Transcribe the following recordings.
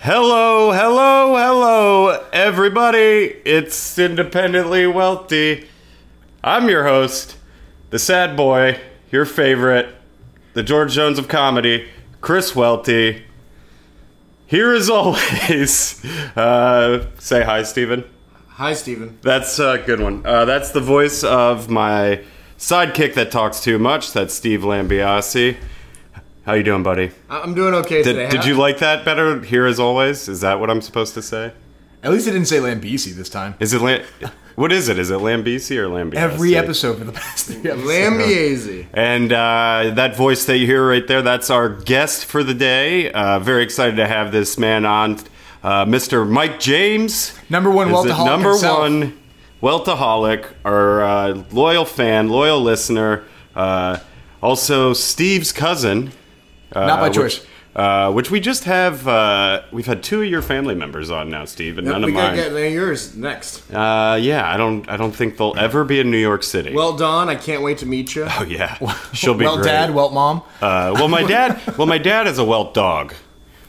Hello, hello, hello, everybody. It's Independently Wealthy. I'm your host, the sad boy, your favorite, the George Jones of comedy, Chris Welty. Here as always, uh, say hi, Steven. Hi, Steven. That's a good one. Uh, that's the voice of my sidekick that talks too much. That's Steve Lambiasi. How you doing, buddy? I- I'm doing okay Did, today. did you like that better? Here as always. Is that what I'm supposed to say? At least I didn't say Lambisi this time. Is it Lam- what is it? Is it Lambisi or Lambiasi? every episode for the past three episodes. Lambiese. And uh, that voice that you hear right there, that's our guest for the day. Uh, very excited to have this man on, uh, Mr. Mike James. Number one Is it Weltaholic Number himself. one Weltaholic, our uh, loyal fan, loyal listener. Uh, also, Steve's cousin. Uh, Not by which- choice. Uh, which we just have, uh, we've had two of your family members on now, Steve, and none of we gotta mine. get uh, yours next. Uh, yeah, I don't, I don't think they'll ever be in New York City. Well, Don, I can't wait to meet you. oh yeah, she'll be Well, great. dad, well, mom. Uh, well, my dad. Well, my dad is a Welt dog.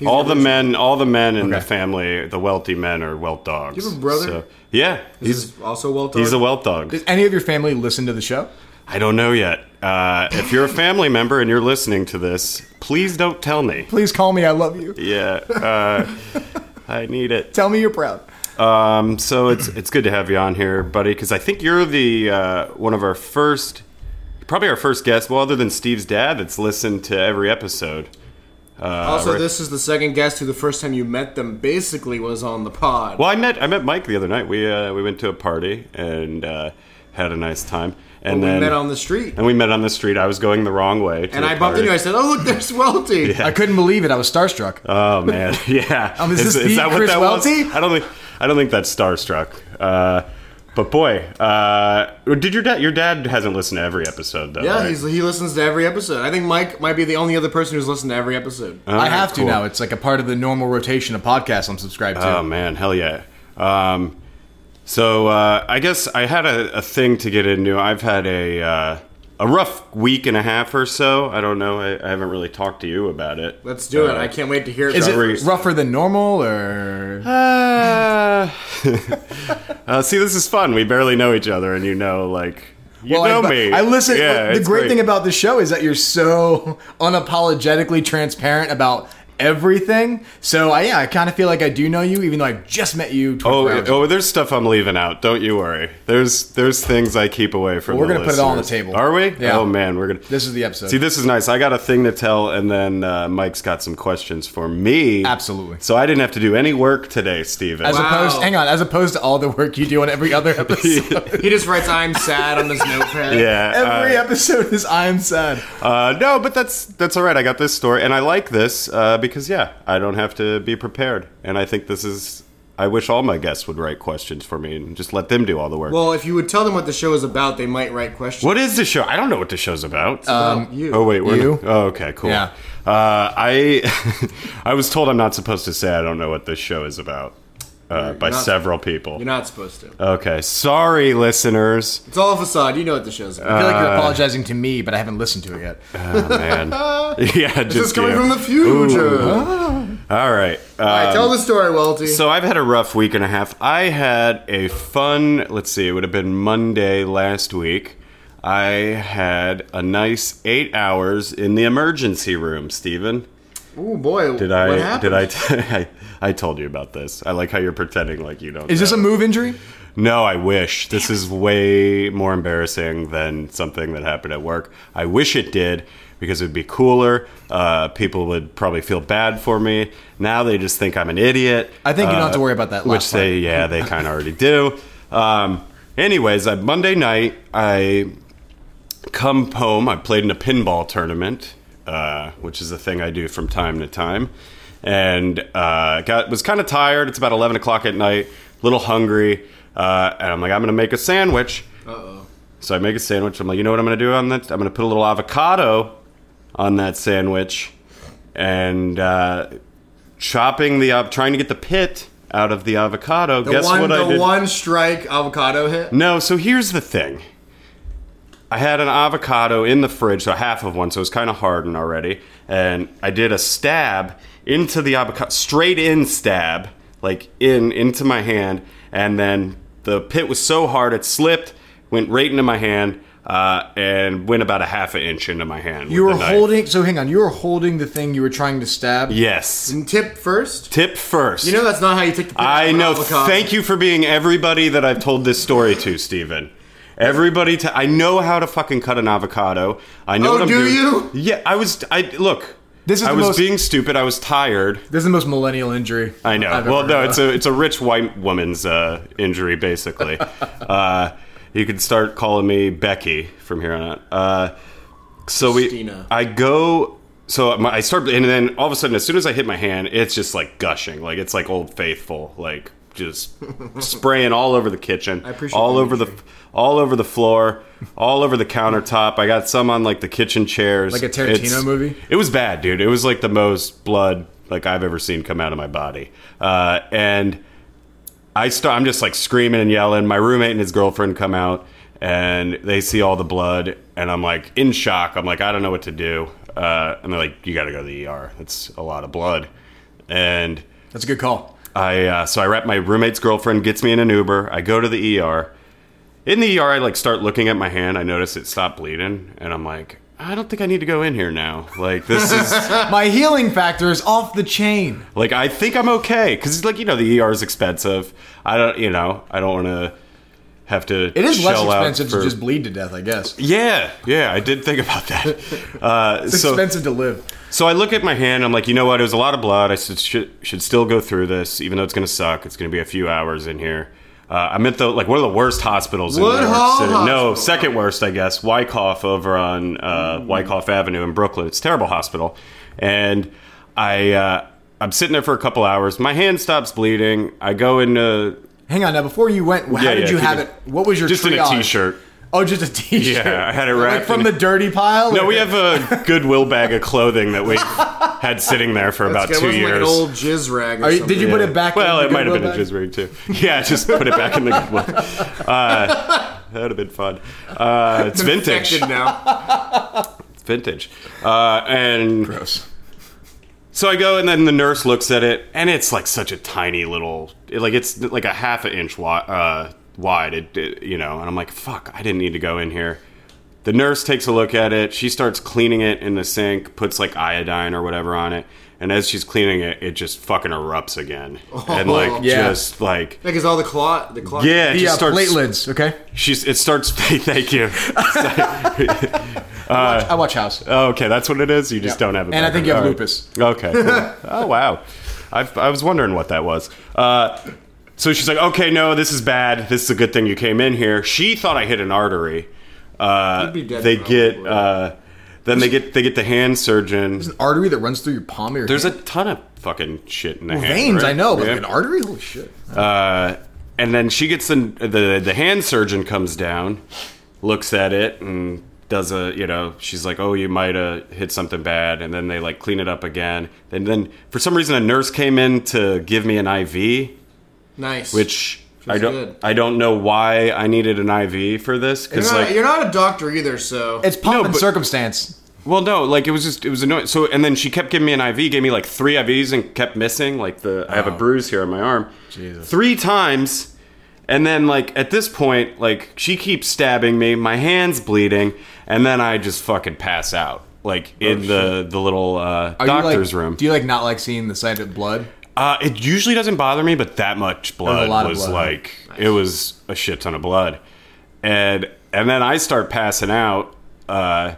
all the men, all the men in the Okay. family, the Welty men are Welt dogs. You have a brother? yeah, he's He's also well done. he's a Welt dog. Does any of your family listen to the show? I don't know yet. Uh, if you're a family member and you're listening to this, please don't tell me. Please call me. I love you. Yeah, uh, I need it. Tell me you're proud. Um, so it's it's good to have you on here, buddy, because I think you're the uh, one of our first, probably our first guest, well, other than Steve's dad, that's listened to every episode. also, right. this is the second guest who the first time you met them basically was on the pod. Well, I met I met Mike the other night. We uh, we went to a party and uh, had a nice time. And we then met on the street. and we met on the street. I was going the wrong way, to And the I bumped party. into you. I said, oh, look, there's Welty. I couldn't believe it. I was starstruck. Oh man, yeah. Um, is this the Chris was? Welty? I don't think I don't think that's starstruck. Uh, but boy, uh, did your dad? Your dad hasn't listened to every episode though. Yeah, right? he's, he listens to every episode. I think Mike might be the only other person who's listened to every episode. All I right, have cool. to now. It's like a part of the normal rotation of podcasts I'm subscribed to. Oh man, hell yeah. Um, so uh, I guess I had a, a thing to get into. I've had a uh, a rough week and a half or so. I don't know. I, I haven't really talked to you about it. Let's do it. Uh, I can't wait to hear Is it Sorry. rougher than normal or? Uh, uh, see, this is fun. We barely know each other, and you know, like you Well, know I, me. I listen. Yeah, the it's great thing about this show is that you're so unapologetically transparent about everything. So I, yeah, I kind of feel like I do know you, even though I've just met you. 24 oh, hours oh, there's stuff I'm leaving out. Don't you worry. There's there's things I keep away from. We're the gonna put it all on the listeners. table. Are we? Yeah. Oh man, we're gonna. This is the episode. See, this is nice. I got a thing to tell, and then uh, Mike's got some questions for me. Absolutely. So I didn't have to do any work today, Steven. As Wow. opposed, hang on, as opposed to all the work you do on every other episode. He just writes, I'm sad on his notepad. yeah. every uh, episode is I'm sad. uh, no, but that's that's all right. I got this story, and I like this uh, because yeah, I don't have to be prepared, and I think this is. I wish all my guests would write questions for me and just let them do all the work. Well, if you would tell them what the show is about, they might write questions. what is the show? I don't know what the show's about. Um, you. Oh wait, we're Uh, You? oh, okay, cool. Yeah. Uh, I I was told I'm not supposed to say I don't know what this show is about uh, by not- several people. You're not supposed to. okay, sorry, listeners. It's all a facade. You know what the show's I about. feel like Uh, you're apologizing to me, but I haven't listened to it yet. Oh man, yeah, just this is coming you. from the future. Ooh. All right. All right, um, tell the story, Welty. So I've had a rough week and a half. I had a fun. Let's see, it would have been Monday last week. I had a nice eight hours in the emergency room, Stephen. oh boy, Did What I? happened? Did I? I I told you about this. I like how you're pretending like you don't. Is this a move injury? No, I wish. This is way more embarrassing than something that happened at work. I wish it did because it would be cooler. Uh, people would probably feel bad for me. Now they just think I'm an idiot. I think you don't have to Uh, worry about that. Which Last they, yeah, they kind of already do. Um, anyways, on Monday night, I come home. I played in a pinball tournament, uh, which is a thing I do from time to time, and uh, got was kind of tired. It's about eleven o'clock at night, a little hungry, uh, and I'm like, I'm gonna make a sandwich. Uh-oh. So I make a sandwich. I'm like, you know what I'm gonna do on that? I'm gonna put a little avocado on that sandwich, and uh, chopping the av- trying to get the pit out of the avocado. The guess one, what the I did? one strike avocado hit. No, so here's the thing. I had an avocado in the fridge, so half of one, so it was kind of hardened already. And I did a stab into the avocado, straight in stab, like in into my hand. And then the pit was so hard it slipped, went right into my hand, uh, and went about a half an inch into my hand. You with were the knife. holding. So hang on. You were holding the thing you were trying to stab. Yes. And Mm, tip first. Tip first. You know that's not how you take the. I know. Thank you for being everybody that I've told this story to, Steven. Everybody, t- I know how to fucking cut an avocado. I know Oh, what I'm do doing. you? Yeah, I was. I look. This is I the was most- being stupid. I was tired. This is the most millennial injury. I know. I've well, ever no, heard it's of. a it's a rich white woman's uh, injury, basically. uh, you could start calling me Becky from here on out. Uh, so we, Christina. I go. So my, I start, and then all of a sudden, as soon as I hit my hand, it's just like gushing, like it's like Old Faithful, like just spraying all over the kitchen, I appreciate all the over the, all over the floor, all over the countertop. I got some on like the kitchen chairs, Like a Tarantino movie? it was bad, dude. It was like the most blood like I've ever seen come out of my body. Uh, and I start. I'm just like screaming and yelling. My roommate and his girlfriend come out, and they see all the blood, and I'm like in shock. I'm like, I don't know what to do. Uh, and they're like, you got to go to the ER. That's a lot of blood. And That's a good call. I uh, so I wrap my roommate's girlfriend gets me in an Uber. I go to the ER. In the ER, I like start looking at my hand. I notice it stopped bleeding, and I'm like, I don't think I need to go in here now. Like this is My healing factor is off the chain. like I think I'm okay because like you know the ER is expensive. I don't you know I don't want to have to. It is less shell out expensive for- to just bleed to death, I guess. It's Yeah, yeah, I did think about that. Uh, so, expensive to live. so I look at my hand. I'm like, you know what? It was a lot of blood. I should should, should still go through this, even though it's going to suck. It's going to be a few hours in here. Uh, I'm at the like one of the worst hospitals in New York Woodhull City. No, Hospital. second worst, I guess. Wyckoff over on uh, Wyckoff Avenue in Brooklyn. It's a terrible hospital. And I uh, I'm sitting there for a couple hours. My hand stops bleeding. I go into Hang on now. Before you went, how Yeah, did yeah, you keep have it- it? What was your just in a triage? t-shirt. Oh, just a t-shirt. Yeah, I had it Like wrapped from in- the dirty pile. No, we have a Goodwill bag of clothing that we had sitting there for about It two wasn't years. like an old jizz rag. Or Are you, something. did you put it back? Well, in it the might have been Goodwill a bag? jizz rig too. Yeah, just put it back in the good one. Uh, that'd have been fun. Uh, it's vintage. Infected now. It's vintage. Uh, and Gross. so I go, and then the nurse looks at it, and it's like such a tiny little, it- like it's like a half an inch wide. Uh, wide, it, it- you know, and I'm like, fuck, I didn't need to go in here. The nurse takes a look at it. She starts cleaning it in the sink, puts like iodine or whatever on it, and as she's cleaning it, it just fucking erupts again, and like Oh, Yeah. just like Like is all the clot. The clot. yeah, it The just uh, starts platelets. Okay. She's. It starts. Thank you. I watch House. Oh, okay, that's what it is. You just Yeah. don't have. A And I think you have background. Okay. cool. oh wow. I've, I was wondering what that was. Uh, so she's like, "Okay, no, this is bad. This is a good thing you came in here." She thought I hit an artery. Uh, You'd be dead they probably. get. Uh, then they get. They get the hand surgeon. Artery that runs through your palm. Of your There's a hand. ton of fucking shit in the hand, veins. right? I know, but Yeah. like an artery. Holy shit. Uh, and then she gets the, the the hand surgeon comes down, looks at it and does a you know she's like oh you might have hit something bad and then they like clean it up again and then for some reason a nurse came in to give me an IV Nice. which I Feels don't good. I don't know why I needed an IV for this You're because not, like you're not a doctor either, so It's pomp No, and but- circumstance. Well, no, like it was just it was annoying. So and then she kept giving me an IV, gave me like three IVs and kept missing. Like the I have a bruise here on my arm, Jesus. three times. And then like at this point, like she keeps stabbing me, my hands bleeding, and then I just fucking pass out. Like in the the little uh, Oh, Are you, like- doctor's room. Do you like not like seeing the sight of blood? Uh, it usually doesn't bother me, but that much blood lot of was blood. like it was a shit ton of blood, and and then I start passing out, uh,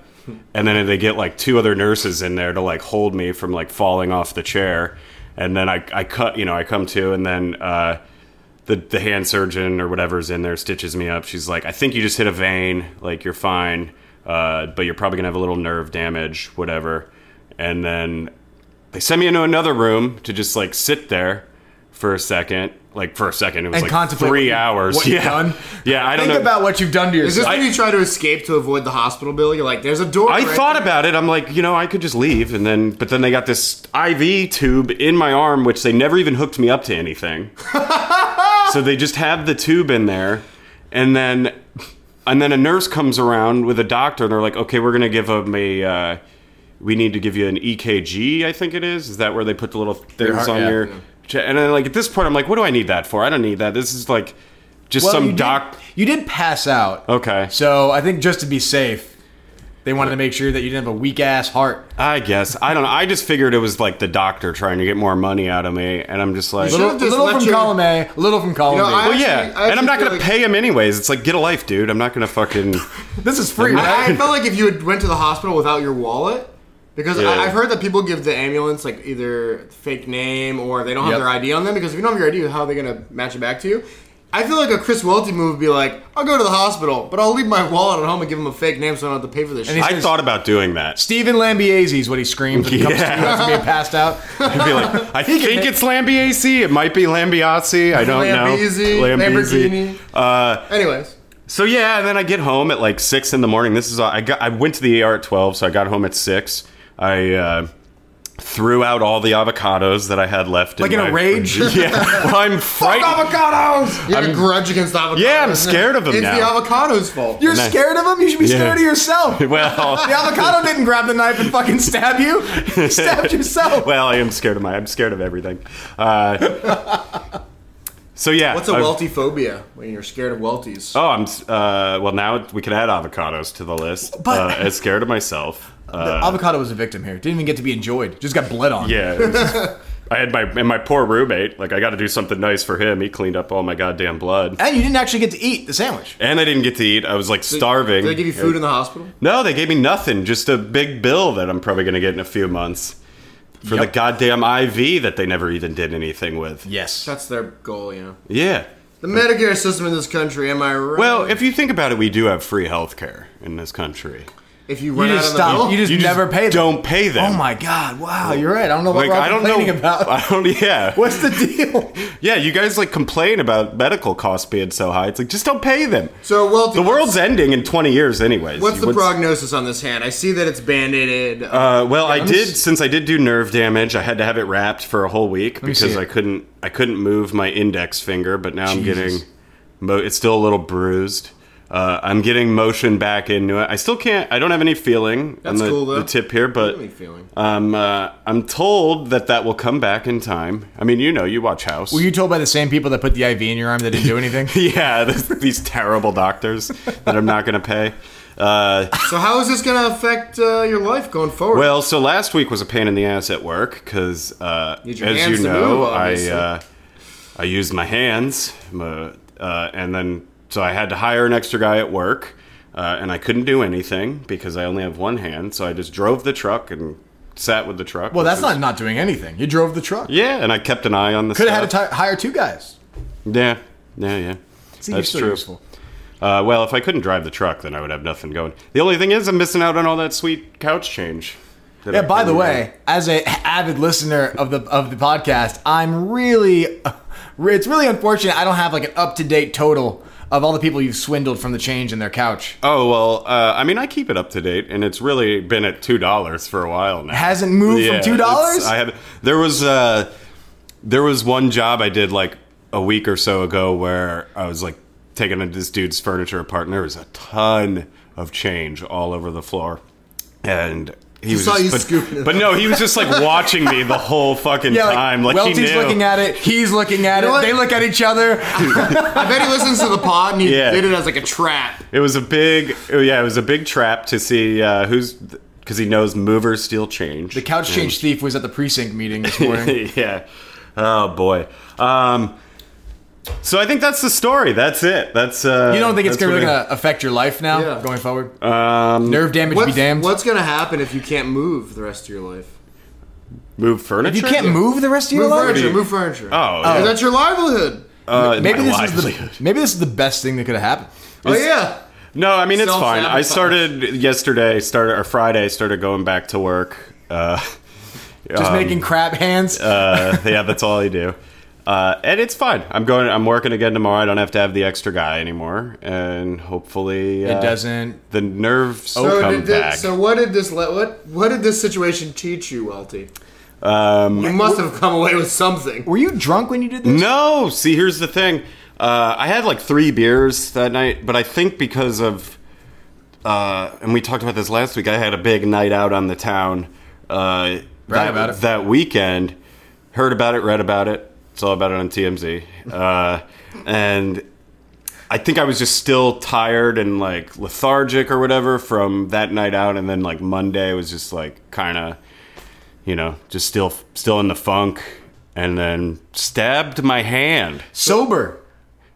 and then they get like two other nurses in there to like hold me from like falling off the chair, and then I I cut you know I come to, and then uh, the the hand surgeon or whatever's in there stitches me up. She's like, I think you just hit a vein, like you're fine, uh, but you're probably gonna have a little nerve damage, whatever, and then they sent me into another room to just like sit there for a second. Like for a second, it was And like contemplate three what you- hours. what yeah, you've done? yeah. I don't Think know. about what you've done to is this yourself. when you try to escape to avoid the hospital bill? You're like, there's a door. I right thought there. about it. I'm like, you know, I could just leave, and then, but then they got this IV tube in my arm, which they never even hooked me up to anything. so they just have the tube in there, and then And then a nurse comes around with a doctor, and they're like, "Okay, we're gonna give him a. Uh, we need to give you an EKG. I think it is. Is that where they put the little things heart- on yeah. your? che- And then like at this point, I'm like, what do I need that for? I don't need that. This is like just Well, you some did- doc. you did pass out. Okay. So I think just to be safe, they wanted to make sure that you didn't have a weak ass heart. I guess I don't know. I just figured it was like the doctor trying to get more money out of me, and I'm just like, You should've Little, just little let from your- column A, little from column You know, B. I- well, yeah. actually- I and I'm not gonna actually feel like- pay him anyways. It's like get a life, dude. I'm not gonna fucking. this is free, right? I, I felt like if you had went to the hospital without your wallet, because Yeah. I, I've heard that people give the ambulance like either fake name or they don't have Yep. their ID on them. Because if you don't have your ID, how are they going to match it back to you? I feel like a Chris Welty move would be like, I'll go to the hospital, but I'll leave my wallet at home and give him a fake name so I don't have to pay for this shit. he's- I thought about doing that. Stephen Lambiese is what he screams when he comes to Yeah. you after being passed out. I'd be like, I think it's Lambiasi. It might be Lambiasi. I don't Lambiese, know. Lamborghini. Uh, Anyways, so yeah, and then I get home at like six in the morning. This is uh, I got I went to the ER at twelve, so I got home at six. I uh, threw out all the avocados that I had left. Like in a my- rage? yeah, well, I'm frightened. avocados! you have a grudge against the avocados. Yeah, I'm scared of him It's now. the avocado's fault. You're Nice. scared of him? You should be Yeah. scared of yourself. The Well, avocado didn't grab the knife and fucking stab you. You stabbed yourself. well, I am scared of my. I'm scared of everything. Uh, so yeah, What's a I've- Welty phobia when you're scared of Welties? Oh, I'm. s- Uh, well, now we can add avocados to the list. But- uh, as scared of myself. Uh, The avocado was a victim here. Didn't even get to be enjoyed. Just got bled on. yeah, it was just- I had my and my poor roommate. Like, I got to do something nice for him. He cleaned up all my goddamn blood, And you didn't actually get to eat the sandwich. and I didn't get to eat. I was like starving. Did they give you food in the hospital? No, they gave me nothing. Just a big bill that I'm probably going to get in a few months for the Yep. goddamn IV that they never even did anything with. Yes. That's their goal, you know. Yeah. The Medicare system in this country, am I right? Well, if you think about it, we do have free healthcare in this country. if you run out just of the stop. bill, You just never pay them. Don't pay them. Oh my god, wow, you're right. I don't know what Like we're all I don't complaining know about. I don't. Yeah. What's the deal? Yeah, you guys like complain about medical costs being so high. It's like just don't pay them. So, well, the world's ending in 20 years, anyways. What's the What's- prognosis on this hand? I see that it's band-aided. Uh, well, I did since I did do nerve damage. I had to have it wrapped for a whole week because see I it. couldn't I couldn't move my index finger. But now I'm getting mo- it's still a little bruised. Uh, I'm getting motion back into it. I still can't. I don't have any feeling That's on the, cool, though. the tip here, but Any feeling. um, uh, I'm told that that will come back in time. I mean, you know, you watch House. Were you told by the same people that put the IV in your arm that didn't do anything? yeah, this, these terrible doctors that I'm not going to pay. Uh, so how is this going to affect uh, your life going forward? well, so last week was a pain in the ass at work because, uh, Need your as hands you to know, move, I obviously. uh, I used my hands, my, uh, and then so I had to hire an extra guy at work, uh, and I couldn't do anything because I only have one hand. So I just drove the truck and sat with the truck. Well, which that's was- not not doing anything. You drove the truck. Yeah, and I kept an eye on the. Could stuff. have had to t- hire two guys. Yeah, yeah, yeah. See, you're That's still true. useful. Uh, well, if I couldn't drive the truck, then I would have nothing going. The only thing is, I'm missing out on all that sweet couch change. that Yeah. I By the couldn't way, as a avid listener of the of the podcast, I'm really, it's really unfortunate. I don't have like an up to date total of all the people you've swindled from the change in their couch. get. Oh well, uh, I mean, I keep it up to date, and it's really been at two dollars for a while now. Hasn't moved Yeah, from two it's- dollars. I have. There was uh, there was one job I did like a week or so ago where I was like taking this dude's furniture apart, and there was a ton of change all over the floor, and. He was saw just- you but, scooping it but no, he was just like watching me the whole fucking Yeah, like, time. Like, Welty's he knew. looking at it. He's looking at You know it. what? They look at each other. I bet he listens to the pod and he Yeah. did it as like a trap. It was a big, oh, yeah, it was a big trap to see uh, who's because he knows movers steal change. The couch change thief was at the precinct meeting this morning. yeah. Oh boy. Um, so I think that's the story. That's it. That's uh, You don't think it's that's what really going to affect your life now Yeah. going forward? I- um, Nerve damage be What's, damned. what's going to happen if you can't move the rest of your life? move furniture. You can't move the rest of your Move life. furniture. Move furniture. Oh, yeah. 'Cause that's your livelihood. Uh, Maybe my this is the livelihood. maybe this is the best thing that could have happened. oh yeah. No, I mean it's fine. I Self-sabotage. started yesterday. Started or Friday. Started going back to work. Uh, um, Just making crap hands. uh, yeah, that's all I do. Uh, and it's fine. I'm going. I'm working again tomorrow. I don't have to have the extra guy anymore, and hopefully uh, it doesn't. Oh, The nerves So, will come did thi- back. so what did this le- what what did this situation teach you, Welty? um, You must have come away with something. Were you drunk when you did this? no, see, here's the thing. Uh, I had like three beers that night, but I think because of, uh, and we talked about this last week, I had a big night out on the town uh, that, about it. that weekend. Heard about it, read about it, saw about it on TMZ. Uh, and I think I was just still tired and like lethargic or whatever from that night out. And then like Monday was just like kind of you know, just still still in the funk, and then stabbed my hand. Sober.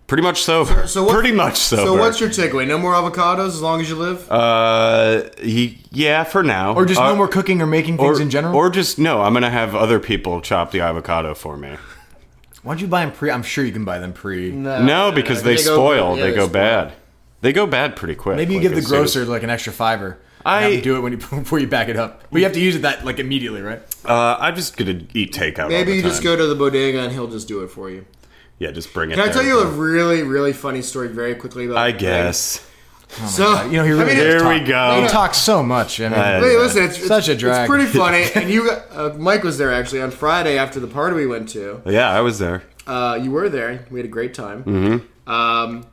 Pretty much sober. So what- Pretty much sober. So what's your takeaway? No more avocados as long as you live. Uh, he, yeah, for now. Or just Uh, no more cooking or making or- things in general? Or just no. I'm gonna have other people chop the avocado for me. Why don't you buy them pre? I'm sure you can buy them pre. No, because they, Uh, go- spoil. yeah, they go spoil. bad. They go bad pretty quick. Maybe you like, give the as soon as- grocer like an extra fiver. I- have to do it when you before you back it up. But you have to use it that like immediately, right? Uh, I'm just gonna eat takeout. all Maybe the you just time. go to the bodega and he'll just do it for you. Yeah, just bring it. Can I there. tell you a really, really funny story very quickly about? I guess. So Oh You know, he really I mean, does Here we talk- go. He talks so much. I mean, Uh, Wait, listen, it's, Such a it's- drag. It's pretty funny. and you, got- uh, Mike was there actually on Friday after the party we went to. Yeah, I was there. Uh, you were there. We had a great time. Mm-hmm. Um,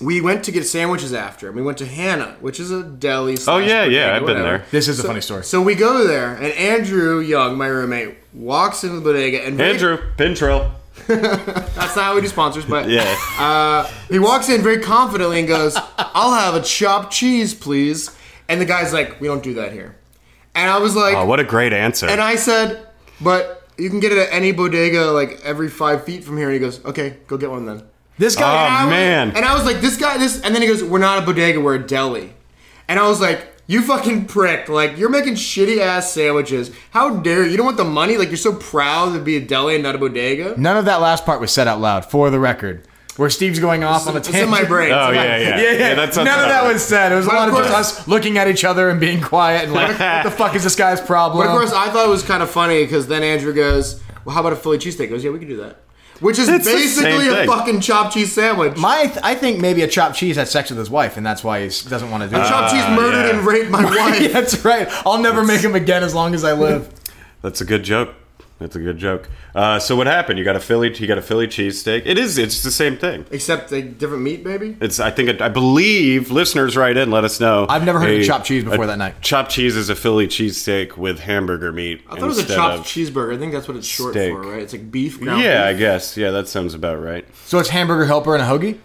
we went to get sandwiches after, and we went to Hannah, which is a deli. Oh yeah, yeah, I've been there. this is a funny story. So we go there, and Andrew Young, my roommate, walks into the bodega, and very- Andrew Pintrail. That's not how we do sponsors, but Yeah. He walks in very confidently and goes, "I'll have a chopped cheese, please." And the guy's like, "We don't do that here." And I was like, oh, what a great answer. and I said, "But you can get it at any bodega, like every five feet from here." And he goes, "Okay, go get one then." This Oh, guy. And I was- man. And I was like, "This guy, this," and then he goes, "We're not a bodega, we're a deli." And I was like, "You fucking prick! Like you're making shitty ass sandwiches. How dare you? You don't want the money? Like you're so proud to be a deli and not a bodega." None of that last part was said out loud, for the record. Where Steve's going off on a It's tangent. in my brain. Oh, It's in my- yeah, yeah. yeah, yeah. that's None of that was said. It was a But lot of of just course- us looking at each other and being quiet and like, what the fuck is this guy's problem? But of course, I thought it was kind of funny because then Andrew goes, "Well, how about a Philly cheesesteak?" He Goes, "Yeah, we can do that." Which is It's the basically same a thing. fucking chopped cheese sandwich. my, th- I think maybe a chopped cheese had sex with his wife, and that's why he s- doesn't want to do it. chopped cheese murdered Uh, yeah. and raped my wife. Yeah, that's right. I'll never make him again as long as I live. That's a good joke. That's a good joke. Uh, so what happened? You got a Philly. You got a Philly cheesesteak. It is. It's the same thing. Except a different meat, baby. It's. I think. It, I believe listeners write in. Let us know. I've never heard A- of chopped cheese before a- that night. Chopped cheese is a Philly cheesesteak with hamburger meat. I thought it was a chopped cheeseburger. I think that's what it's short steak. for, right? It's like beef. Ground Yeah, I beef. guess. Yeah, that sounds about right. So it's hamburger helper and a hoagie.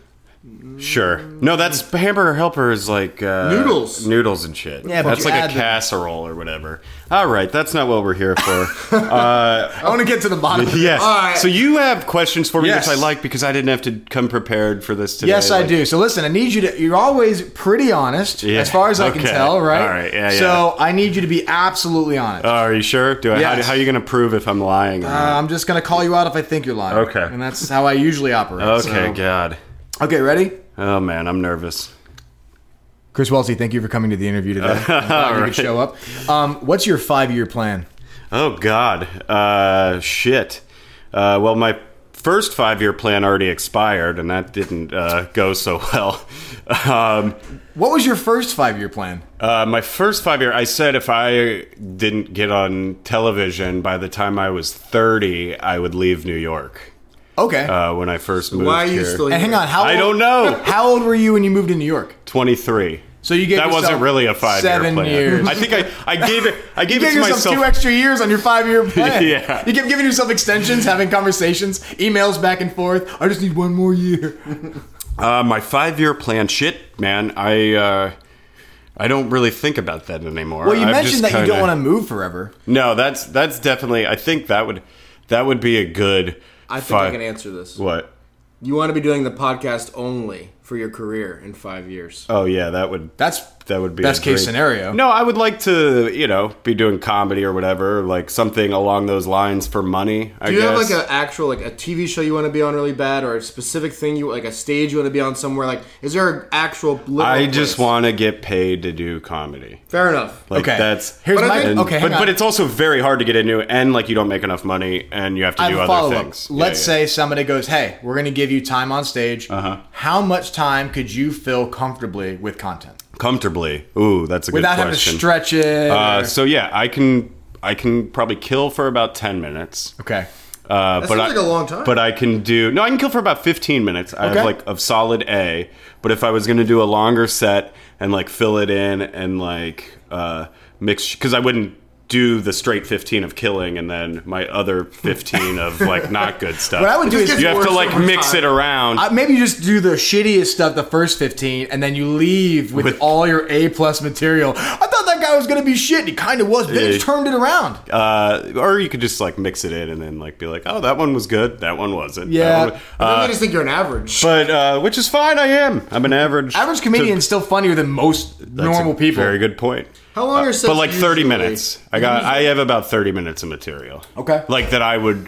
Sure. No, that's hamburger helper is like uh, Noodles. noodles and shit. Yeah, but that's you like add a them. casserole or whatever. All right, that's not what we're here for. Uh, I want to get to the bottom. of it. Yes. All right. So you have questions for me, Yes. which I like because I didn't have to come prepared for this today. Yes, I Like, do. So listen, I need you to. You're always pretty honest, Yeah. as far as I can Okay. tell, right? All right. Yeah, So I need you to be absolutely honest. Oh, are you sure? Do I? how- Yes. How, are you going to prove if I'm lying? Or Uh, not? I'm just gonna call you out if I think you're lying. Okay. And that's how I usually operate. okay. Uh, so- God. Okay. Ready? Oh man, I'm nervous. Chris Wellesley, thank you for coming to the interview today. I'm glad you could Alright. show up. Um, what's your five-year plan? Oh God. Uh, shit. Uh, well, my first five-year plan already expired, and that didn't uh, go so well. um, What was your first five-year plan? Uh, my first five year, I said if I didn't get on television by the time I was 30, I would leave New York. Okay. Uh, when I first moved Why are you here. still here? and hang on, how I don't old- know. How old were you when you moved to New York? 23. So you gave that yourself wasn't really a five seven year plan. years. I think I, I gave it I gave You it gave to yourself myself. two extra years on your five-year plan. Yeah. You kept giving yourself extensions, having conversations, emails back and forth. I just need one more year. uh, my five year plan, shit, man. I uh, I don't really think about that anymore. Well, you mentioned that you don't want to move forever. to. No, that's that's definitely. I think that would that would be a good. I think I fi- can answer this. What? You want to be doing the podcast only for your career in five years. Oh yeah, that would That's that would be Best a case dream. scenario. No, I would like to, you know, be doing comedy or whatever, like something along those lines for money. I Do you have guess. like an actual like a TV show you want to be on really bad, or a specific thing you like a stage you want to be on somewhere? Like, is there an actual? I just place? want to get paid to do comedy. Fair enough. Like Okay. that's Here's But I my think- and- okay. Hang but on. but it's also very hard to get into, and like you don't make enough money, and you have to I do have a other follow up. things. Let's Yeah, yeah. say somebody goes, "Hey, we're going to give you time on stage. Uh-huh. How much time could you fill comfortably with content comfortably. Ooh, that's a without good having to question. stretch it?" uh, or- so yeah, I can I can probably kill for about ten minutes. okay. Uh, but seems I, like a long time. But I can do no. I can kill for about fifteen minutes. I Okay. have like of solid A. But if I was going to do a longer set and like fill it in and like uh, mix, because I wouldn't do the straight fifteen of killing and then my other fifteen of like not good stuff. What I would do is you have to like mix it around. Uh, maybe you just do the shittiest stuff the first 15 and then you leave with, With- all your A plus material. I thought that guy was going to be shit. and He kind of was. Vince Yeah. turned it around. uh, or you could just like mix it in and then like be like, oh, that one was good, that one wasn't. that Yeah. one wa-" Uh, I just think you're an average. but uh, which is fine. I am. I'm an average. Average comedian's still funnier than most That's a normal people. Very good point. Uh, How long are sets But like thirty usually? minutes. I got. I have about thirty minutes of material. Okay. Like that, I would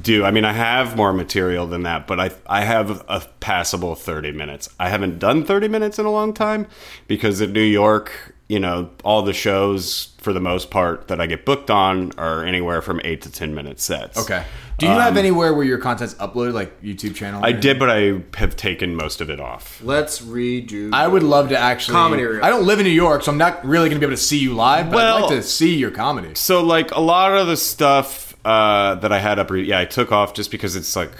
do. I mean, I have more material than that, but I I have a passable thirty minutes. I haven't done thirty minutes in a long time because in New York, you know, all the shows for the most part that I get booked on are anywhere from eight to ten minute sets. Okay. Do you have anywhere where your content's uploaded, like YouTube channel? um, I did, but I have taken most of it off. Let's redo. I would love to actually. Comedy reel. I don't live in New York, so I'm not really going to be able to see you live, but I'd Well- like to see your comedy. So like a lot of the stuff uh, that I had up, yeah, I took off just because it's like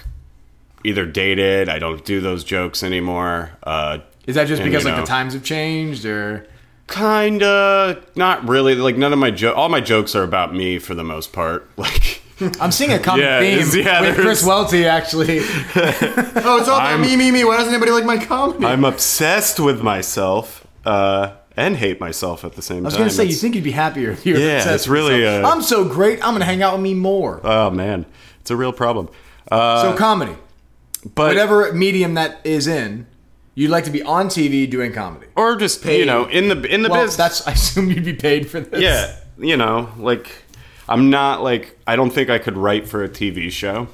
either dated. I don't do those jokes anymore. Uh, Is that just And, because you like know. the times have changed, or kinda, not really. Like none of my jo- all my jokes are about me for the most part. Like I'm seeing a common Yeah, it's- theme yeah, with Chris there's- Welty actually. oh, it's all about me, me, me. Why doesn't anybody like my comedy? I'm obsessed with myself uh, and hate myself at the same time. I was gonna say, you think you'd be happier if you were Uh, Yeah, obsessed it's with really, yourself. uh, I'm so great. I'm gonna hang out with me more. Oh man, it's a real problem. Uh, so comedy, but whatever medium that is in, you'd like to be on TV doing comedy. or just you know in the in the Well, business. that's. I assume you'd be paid for this. yeah you know like i'm not like i don't think i could write for a tv show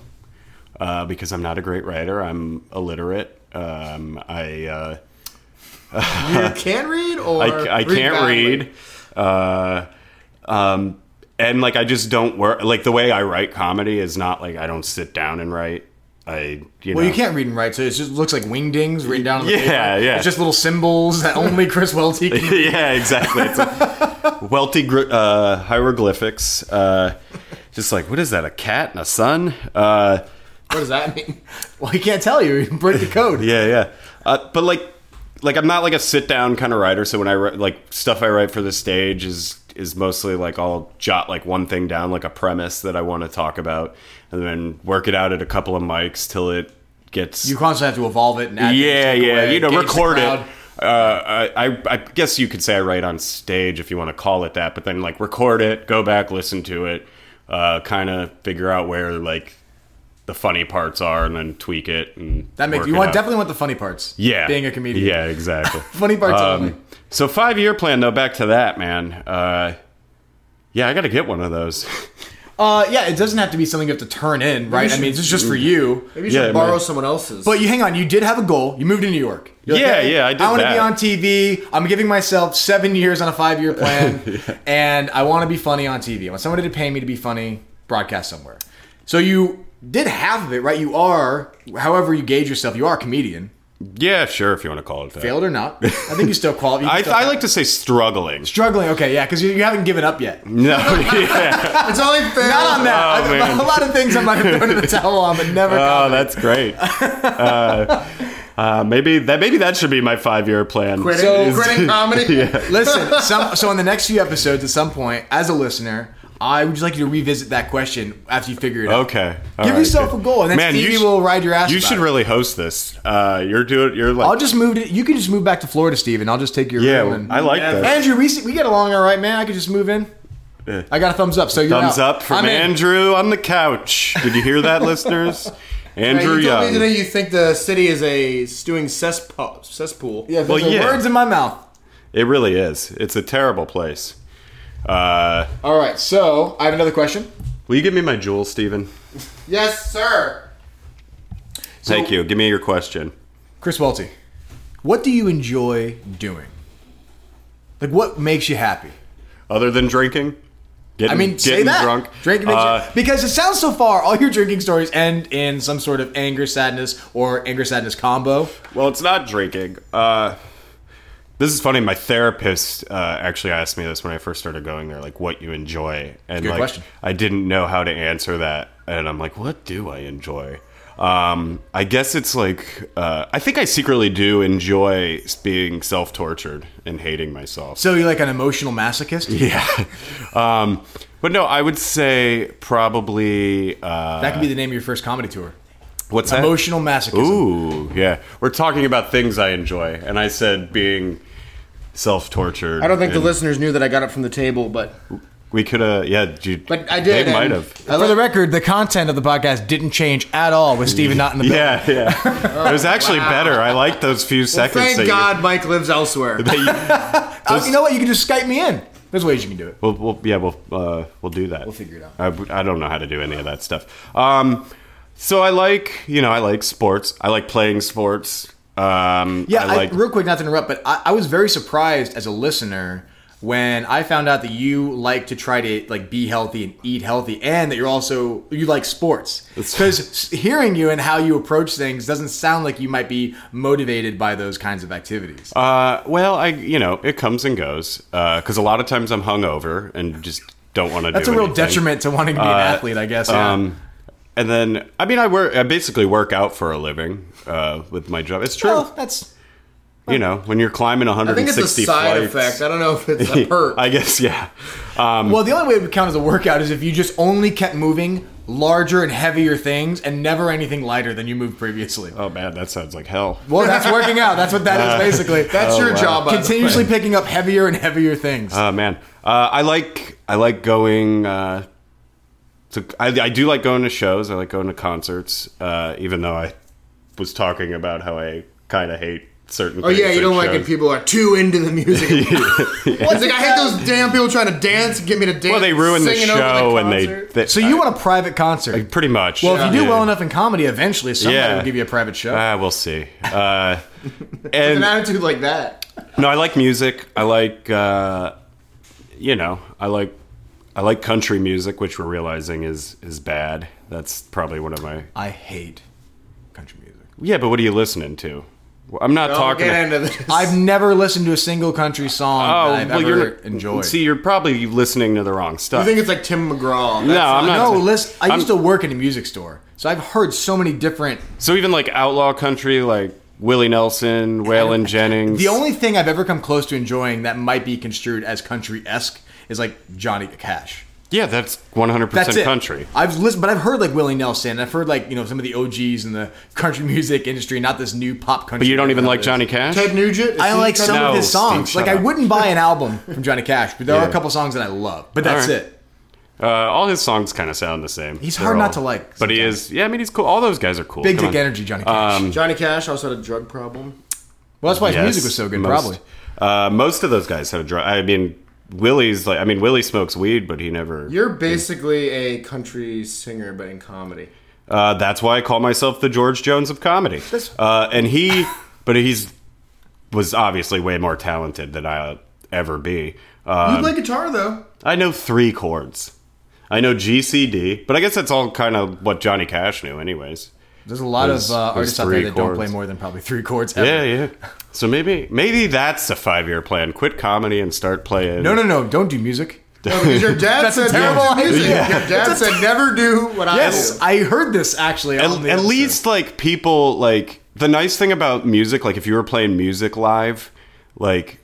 uh, because i'm not a great writer i'm illiterate um, I, uh, you can read, or I i read can't badly? read uh, um, and like i just don't work like the way i write comedy is not like i don't sit down and write i you Well, know you can't read and write, so it just looks like wingdings written down on the Yeah, paper. yeah. It's just little symbols that only Chris Welty can yeah, exactly. It's like welty gr- uh, hieroglyphics. Uh, just like what is that? A cat and a sun? Uh, What does that mean? Well, he can't tell you. He can break the code. Yeah, yeah. Uh, but like, like I'm not like a sit down kind of writer. So when I write, like stuff I write for the stage is is mostly like I'll jot like one thing down, like a premise that I want to talk about, and then work it out at a couple of mics till it gets You constantly have to evolve it. And add yeah, things, take yeah. away, you know, gauge the record it. crowd. Uh, I, I, I guess you could say I write on stage if you want to call it that, but then like record it, go back, listen to it, uh, kind of figure out where like the funny parts are, and then tweak it. And That makes work you it want out. definitely want the funny parts. yeah being a comedian. Yeah, exactly. funny parts only. Um, so five year plan though. Back to that, man. Uh, yeah, I got to get one of those. Uh, yeah, it doesn't have to be something you have to turn in, right? I mean, it's just for mm. you. Maybe you Yeah, should borrow man. someone else's. But you hang on, you did have a goal. You moved to New York. You're like, Yeah, "Hey, yeah, I did I want to be that." on TV. I'm giving myself seven years on a five year plan, and I want to be funny on TV. I want somebody to pay me to be funny, broadcast somewhere. So you did have it, right? You are, however you gauge yourself, you are a comedian, yeah, sure, if you want to call it that. failed or not. I think you still qualify. I, I like to say struggling. struggling. Okay, yeah, because you, you haven't given up yet. No, yeah. it's only fair. Not on Oh, that. I- man. A lot of things I might have thrown in the towel on, but never. Oh, comedy. that's great. Uh, uh, maybe that maybe that should be my five year plan. Quitting, So- quitting comedy. Listen, some, so in the next few episodes, at some point, as a listener, I would just like you to revisit that question after you figure it out. Okay. all Give yourself a goal, and then Man, you Stevie sh- will ride your ass. You about should it. really host this. Uh, you're doing. You're like. I'll just move to. You can just move back to Florida, Steve, and I'll just take your yeah, room. And, I like Yeah, that. Andrew, we see- we get along all right, man. I could just move in. I got a thumbs up. So you're Thumbs out. up from I'm in. Andrew on the couch. Did you hear that, listeners? Hey, Andrew you told me Young. today you think the city is a stewing cesspool. Cesspool. Yeah, Well, well, yeah. Words in my mouth. It really is. It's a terrible place. Uh, All right, so I have another question. will you give me my jewel, Stephen? Yes, sir. Thank you. Give me your question. Chris Welty, what do you enjoy doing? Like, what makes you happy? Other than drinking, getting, I mean, getting say that. drunk, Uh, Drink makes you, because it sounds so far. All your drinking stories end in some sort of anger, sadness, or anger, sadness combo. Well, it's not drinking. Uh, this is funny. My therapist uh, actually asked me this when I first started going there, like what you enjoy, and Good like question. I didn't know how to answer that and I'm like, what do I enjoy? Um, I guess it's like uh, I think I secretly do enjoy being self tortured and hating myself. So you're like an emotional masochist. yeah, um, but no, I would say probably uh, That could be the name of your first comedy tour. what's that? Emotional masochism. Uh, Ooh, yeah. We're talking about things I enjoy, and I said being self tortured. I don't think the listeners knew that I got it from the table, but We could have, yeah. You, But I did, They might and- have. For the record, the content of the podcast didn't change at all with Steven not in the building. Yeah, yeah. it was actually better. I liked those few seconds. that thank you- God Mike lives elsewhere. that you- Uh, you know what? You can just Skype me in. There's ways you can do it. we'll, we'll, yeah, we'll uh, we'll do that. We'll figure it out. I, I don't know how to do any of that stuff. Um, so I like, you know, I like sports. I like playing sports. Um, Yeah, I I like. real quick, not to interrupt, but I, I was very surprised as a listener when I found out that you like to try to like be healthy and eat healthy, and that you're also you like sports. Because hearing you and how you approach things doesn't sound like you might be motivated by those kinds of activities. Uh, well, I you know it comes and goes because a lot of times I'm hungover and just don't want to. That's a do real anything. detriment to wanting to be an athlete, I guess. Yeah. Um, and then I mean I work I basically work out for a living uh, with my job. It's true, well, that's you know, when you're climbing I think it's 160 a side flights. effect. I don't know if it's a perk. I guess yeah. Um, well. The only way it would count as a workout is if you just only kept moving larger and heavier things, and never anything lighter than you moved previously. oh man, that sounds like hell. Well, that's working out. That's what Uh, that is basically. Oh, That's your job. By continuously picking up heavier and heavier things. Oh man, uh, I like I like going. Uh, to, I, I do like going to shows. I like going to concerts. Uh, even though I was talking about how I kind of hate certain. The way. Oh yeah, you don't like it. People are too into the music. It's like I hate those damn people trying to dance and get me to dance. Well, they ruin the singing over show, and they, concert. they- so you want a private concert? pretty much. well, if you do Yeah. well enough in comedy, eventually somebody Yeah. will give you a private show. Ah, we'll see. Uh, an and attitude like that. no, I like music. I like, uh, you know, I like, I like country music, which we're realizing is is bad. That's probably one of my. I hate country music. Yeah, but what are you listening to? Well, I'm not Don't talking. Oh, get to- into this. I've never listened to a single country song oh, that I've well, ever you're enjoyed. See, you're probably listening to the wrong I stuff. think it's like Tim McGraw. no, That's I'm not. no, listen. I I'm- used to work in a music store, so I've heard so many different. so even like outlaw country, like Willie Nelson, Waylon Jennings. The only thing I've ever come close to enjoying that might be construed as country esque is like Johnny Cash. yeah, that's 100 That's percent it. country. I've listened, but I've heard like Willie Nelson. I've heard like you know some of the OGs in the country music industry, not this new pop country. But you don't even that like is. Johnny Cash. Ted Nugent. Is I he like kind some of- No, of his Steve, songs. shut like I up. wouldn't buy an album from Johnny Cash, but there are Yeah. a couple songs that I love. But that's All right. it. Uh, all his songs kind of sound the same. He's They're hard all- not to like but he sometimes. is. Yeah, I mean, he's cool. All those guys are cool. Big Come dick on. Um, energy, Johnny Cash. Johnny Cash also had a drug problem. well, that's why his Yes, music was so good. most- Probably. Uh, most of those guys have a drug. I mean, Willie's like. I mean, Willie smokes weed, but he never. You're basically a country singer, but in comedy. Uh, that's why I call myself the George Jones of comedy. Uh, and he, but he's was obviously way more talented than I'll ever be. Uh, you play guitar though. I know three chords. I know G C D, but I guess that's all kind of what Johnny Cash knew, anyways. There's a lot There's- of uh, there's artists out there three that don't chords. play more than probably three chords. Yeah, yeah. So maybe maybe that's a five year plan. Quit comedy and start playing. No, no, no! Don't do music. No, because your dad That's a said terrible never do music. idea. Your dad said never do what Yes, I do. I heard this actually. on At, the at episode. least like people like the nice thing about music, like if you were playing music live, like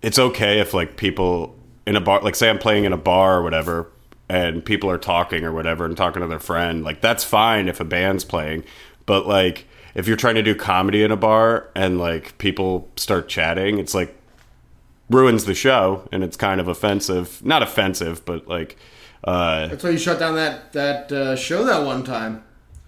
it's okay if like people in a bar, like say I'm playing in a bar or whatever, and people are talking or whatever and talking to their friend, like that's fine if a band's playing, but like if you're trying to do comedy in a bar and like people start chatting, it's like ruins the show and it's kind of offensive. Not offensive, but like uh That's why you shut down that that uh, show that one time.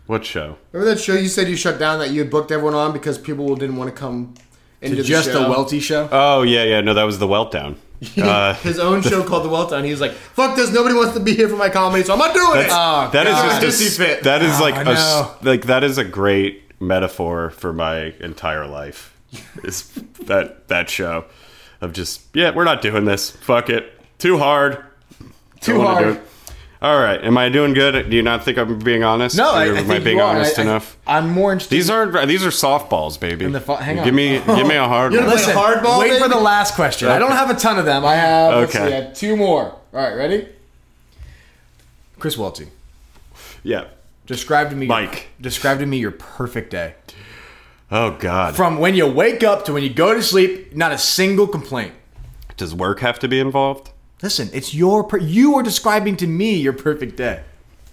what show? Remember that show you said you shut down that you had booked everyone on because people didn't want to come into the just show. the Welty show. Oh yeah, yeah, no, that was the Weltdown. Uh, his own show called The Well Done. He was like, "Fuck this! Nobody wants to be here for my comedy, so I'm not doing it." Ah. Oh, that is God. just a, s- Sissy fit. that is Oh, like a s- no. like that is a great metaphor for my entire life. Is that that show of just yeah, we're not doing this. Fuck it. Too hard. Too hard. All right. Am I doing good? Do you not think I'm being honest? No, Or I, I am think I being you are. honest I- I- enough? I'm more interested. these are these are softballs, baby. the fu- hang on. Give me give me a hard one. You're like- Listen, hardball, Wait for baby? the last question. I don't have a ton of them. I have, let's Okay. see, I have two more. All right, ready? Chris Welty. Yeah. Describe to me, Mike. Describe to me your perfect day Oh God. from when you wake up to when you go to sleep. Not a single complaint. Does work have to be involved? Listen, it's your per- you are describing to me your perfect day.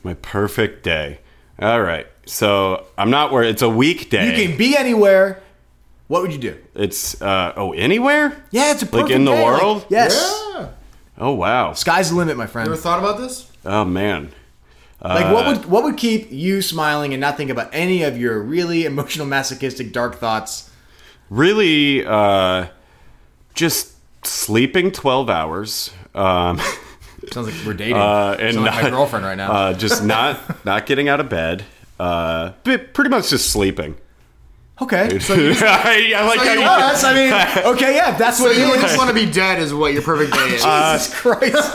My perfect day. All right. So I'm not where it's a weekday. You can be anywhere. What would you do? It's uh oh anywhere? Yeah, it's a perfect in the day. world? yes. Yeah. Oh wow. Sky's the limit, my friend. Ever thought about this? Oh man. Like Uh, what would what would keep you smiling and not think about any of your really emotional masochistic dark thoughts? Really uh just sleeping 12 hours. Um Sounds like we're dating. uh, and Sounds like my not- girlfriend right now. Uh, just not not getting out of bed. Uh, but pretty much just sleeping. okay. So, I, I like so how you you- are- yes, I mean, okay, yeah, that's So what you you just want to be dead is what your perfect day is. Uh, Jesus Christ.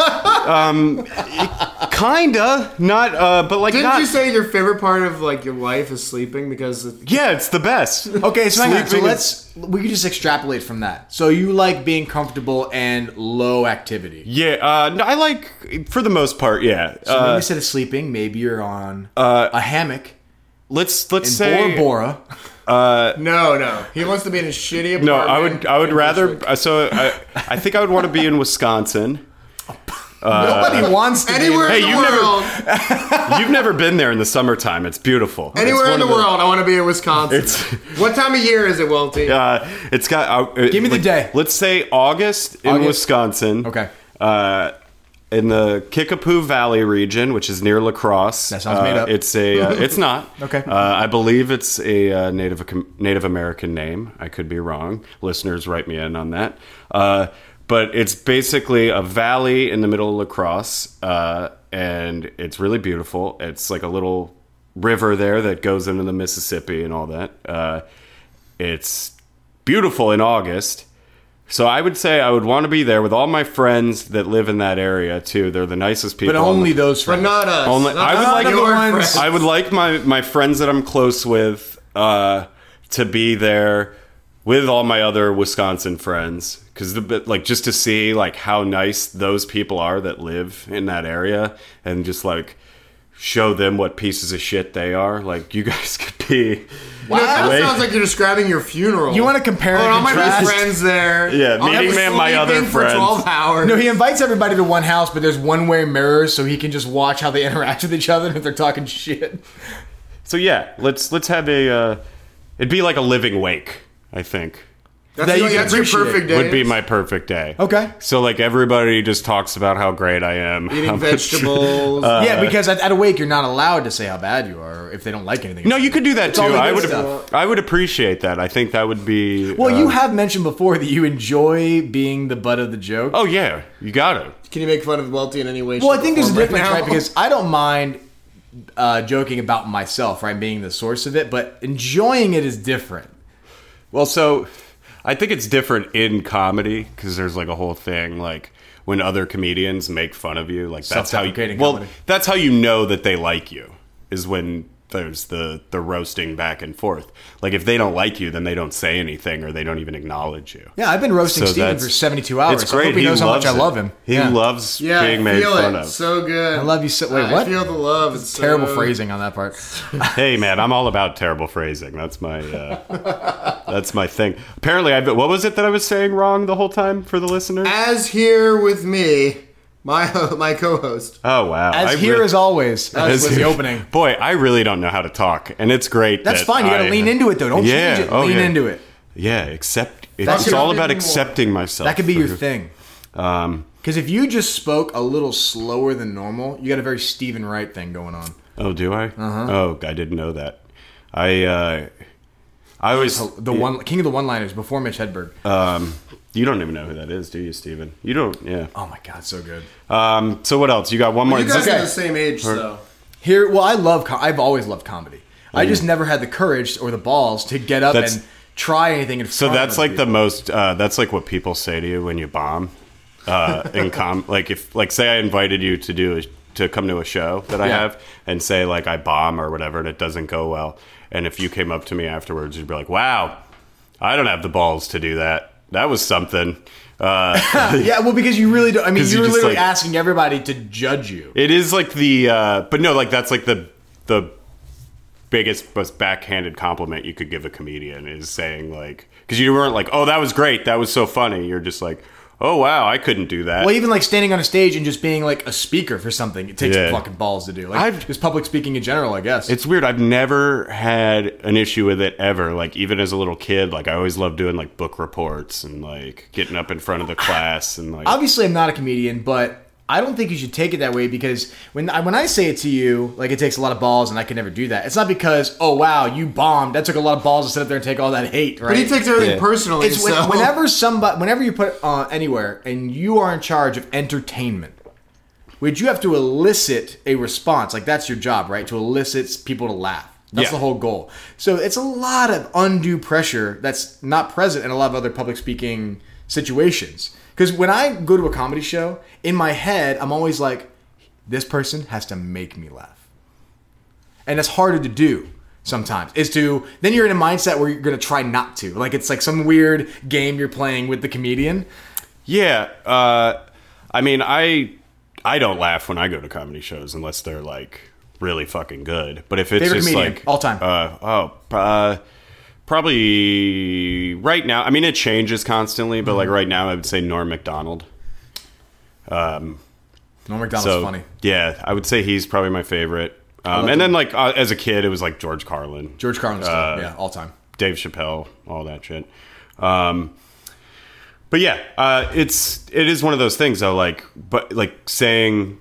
kinda not, uh, but like Didn't not. you say your favorite part of like your life is sleeping because it- yeah, it's the best. Okay, so, hang on. so Sleeping let's we could just extrapolate from that. So you like being comfortable and low activity. Yeah, uh, no, I like for the most part. Yeah, So uh, maybe instead of sleeping, maybe you're on a hammock let's let's in say. Bora Bora. no, no, he wants to be in a shitty apartment? No, I would I would in rather. Bushwick. uh, So I I think I would want to be in Wisconsin. uh, Nobody wants to be in- anywhere Hey, in the you never- world. You've never been there in the summertime. It's beautiful. anywhere It's one in the of world, I want to be in Wisconsin. It's- what time of year is it, Welty? Uh, it's got. Uh, Give me the day. Let's say August in August. Wisconsin. Okay. Uh, in the Kickapoo Valley region, which is near Lacrosse. That sounds made Uh, up. It's a. Uh, it's not. Okay. Uh, I believe it's a uh, Native Native American name. I could be wrong. Listeners, write me in on that. Uh, but it's basically a valley in the middle of Lacrosse, uh, and it's really beautiful. It's like a little river there that goes into the Mississippi and all that. Uh, it's beautiful in August. So I would say I would want to be there with all my friends that live in that area too. They're the nicest people. but only those But friends. not us. Only- Not I would us, like your the ones- friends. I would like my my friends that I'm close with uh, to be there with all my other Wisconsin friends because like just to see like how nice those people are that live in that area and just like show them what pieces of shit they are. Like you guys could be. Wow. that Wait. sounds like you're describing your funeral. You wanna compare Oh, and all my best contrast? friends there. Yeah, I'll meeting be me and my sleeping other for friends. Twelve hours. No, he invites everybody to one house, but there's one-way mirrors so he can just watch how they interact with each other and if they're talking shit. So yeah, let's let's have a. Uh, it'd be like a living wake. I think. that's, that your- you can that's your appreciate perfect day. would be my perfect day. Okay. So like everybody just talks about how great I am. How eating much- vegetables. yeah, because at, at a wake you're not allowed to say how bad you are or if they don't like anything. No, you could do that too. all the I good would stuff. I would appreciate that. I think that would be Well, uh, you have mentioned before that you enjoy being the butt of the joke. Oh yeah, you got it. Can you make fun of Welty in any way? well, I shape, think or there's a form right difference, now? right? Because I don't mind uh, joking about myself, right, being the source of it, but enjoying it is different. Well, so I think it's different in comedy because there's like a whole thing like when other comedians make fun of you, like that's how you Self-deprecating well comedy. that's how you know that they like you is when there's the the roasting back and forth. Like if they don't like you, then they don't say anything or they don't even acknowledge you. Yeah, I've been roasting So Steven that's- for 72 hours. It's so I great. hope he, he knows how much loves I it. love him. He yeah. loves yeah, being I made feel fun it. of. So good. I love you so. Wait, I what? feel the love. It's so Terrible good. phrasing on that part. hey, man, I'm all about terrible phrasing. That's my uh, that's my thing. Apparently, I've been, what was it that I was saying wrong the whole time for the listeners? As here with me, my my co-host. Oh wow! As I here re- as always. That as was the here- opening. Boy, I really don't know how to talk, and it's great. That's that fine. You got to I- lean into it though. Don't Yeah, change it. oh, lean yeah. into it. Yeah, accept. It, That it's could all have about been more. accepting myself. That could be for your who- thing. Um, Because if you just spoke a little slower than normal, you got a very Stephen Wright thing going on. oh, do I? Uh-huh. Oh, I didn't know that. I uh, I always The one king of the one-liners before Mitch Hedberg. um, you don't even know who that is, do you, Steven? You don't. Yeah. oh my God, so good. Um, so what else? You got one more. You guys okay. are the same age, so Here, well, I love. Com- I've always loved comedy. I just never had the courage or the balls to get up That's- and try anything. In So that's like the most. Uh, that's like what people say to you when you bomb. Uh, in com, like if like say I invited you to do a, to come to a show that I Yeah. have, and say like I bomb or whatever, and it doesn't go well, and if you came up to me afterwards, you'd be like, "Wow, I don't have the balls to do that. That was something." Uh, yeah. Well, because you really don't. I mean, 'Cause you you're just, literally like- asking everybody to judge you. it is like the, uh, but no, like that's like the the biggest most backhanded compliment you could give a comedian is saying like because you weren't like oh that was great that was so funny you're just like oh wow I couldn't do that Well, even like standing on a stage and just being like a speaker for something, it takes Yeah. fucking balls to do. Like I've- just public speaking in general, I guess. It's weird. I've never had an issue with it ever. Like even as a little kid, like I always loved doing like book reports and like getting up in front of the class and like obviously I'm not a comedian, but I don't think you should take it that way because when I, when I say it to you, like it takes a lot of balls and I could never do that. It's not because oh wow you bombed. That took a lot of balls to sit up there and take all that hate. Right? But he takes everything Yeah. personally. It's when- so. whenever somebody, whenever you put uh, anywhere, and you are in charge of entertainment, which you have to elicit a response. Like that's your job, right? To elicit people to laugh. That's Yeah. the whole goal. So it's a lot of undue pressure that's not present in a lot of other public speaking situations. Because when I go to a comedy show, in my head, I'm always like, this person has to make me laugh and that's harder to do sometimes is to then you're in a mindset where you're gonna try not to like it's like some weird game you're playing with the comedian yeah. Uh, I mean, I I don't laugh when I go to comedy shows unless they're like really fucking good. But if it's Favorite just comedian, like all time. uh, oh, uh, probably right now. I mean, it changes constantly, but like Mm-hmm. right now, I would say Norm Macdonald. norm mcdonald's So funny yeah, I would say he's probably my favorite. Um, and then like uh, as a kid, it was like George Carlin, george carlin's uh, yeah all time Dave Chappelle, all that shit. Um, but yeah, uh, it's it is one of those things though. Like, but like saying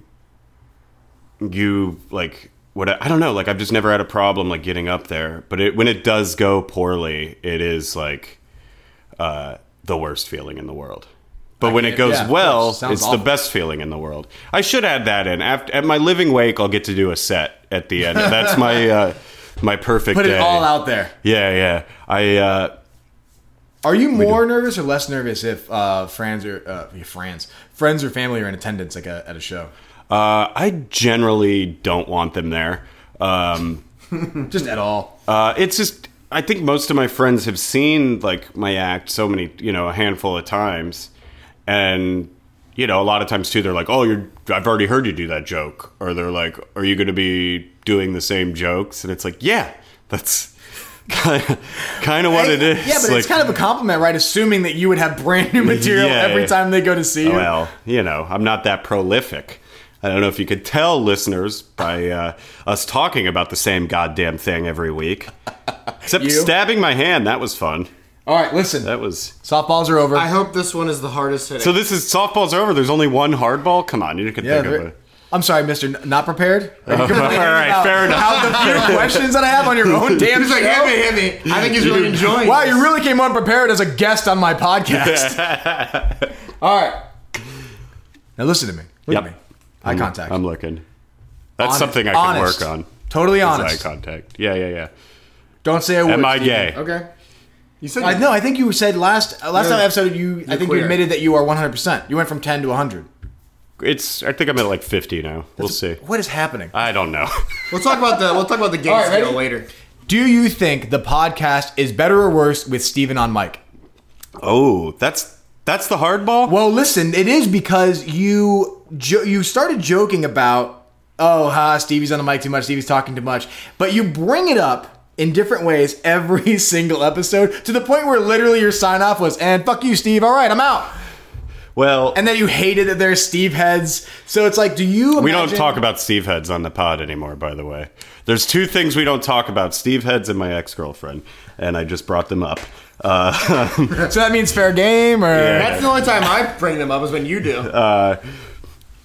you like what I, I don't know. Like I've just never had a problem like getting up there. But it, when it does go poorly, it is like uh, the worst feeling in the world. But when it can- goes yeah, of well, course. it's Sounds the awful. best feeling in the world. I should add that in. After, at my living wake, I'll get to do a set at the end. That's my uh, my perfect put day. it all out there Yeah, yeah. I uh are you more nervous or less nervous if uh friends or uh yeah, friends friends or family are in attendance like a, at a show uh I generally don't want them there. Um just at all uh it's just I think most of my friends have seen like my act so many, you know, a handful of times and you know, a lot of times too they're like, "Oh, you're I've already heard you do that joke." Or they're like, "Are you going to be doing the same jokes?" And it's like, "Yeah, that's kind of, kind of what it is." yeah but it's Like- kind of a compliment right assuming that you would have brand new material Yeah, every yeah. time they go to see you Well, you know, I'm not that prolific. I don't know if you could tell listeners by uh, us talking about the same goddamn thing every week. Except You? stabbing my hand, that was fun. all right listen That was softballs are over I hope this one is the hardest hitting. so. This is softball's over. There's only one hardball. Come on, you can Yeah, think of there- it. I'm sorry, Mister. n- Not prepared. Are you all complaining right, about fair enough. How the few questions that I have on your own damn he's like, show? hit me, hit me. I think he's really enjoying. Wow, this. you really came unprepared as a guest on my podcast. all right. Now listen to me. Look Yep. at me. Eye contact. I'm looking. That's Honest- something I can honest. work on. Totally Is Eye honest. contact. Yeah, yeah, yeah. Don't say a word. Am I Steven. gay? Okay. You said I, no, I think you said last uh, last No, time episode. You, I you're think queer. you admitted that you are 100. percent You went from 10 to 100. It's. I think I'm at like 50 now. We'll see. What is happening? I don't know. We'll talk about the we'll talk about the game All right, scale ready? later. Do you think the podcast is better or worse with Steven on mic? oh, that's that's the hardball. Well, listen, it is because you jo- you started joking about oh, ha, Stevie's on the mic too much, Stevie's talking too much, but you bring it up in different ways every single episode to the point where literally your sign off was and fuck you, Steve. All right, I'm out. Well, And then you hated that there's Steve heads. So it's like, do you? We don't imagine- talk about Steve heads on the pod anymore, by the way. There's two things we don't talk about Steve heads and my ex girlfriend, and I just brought them up. Uh, So that means fair game, or That's the only time I bring them up is when you do. Uh,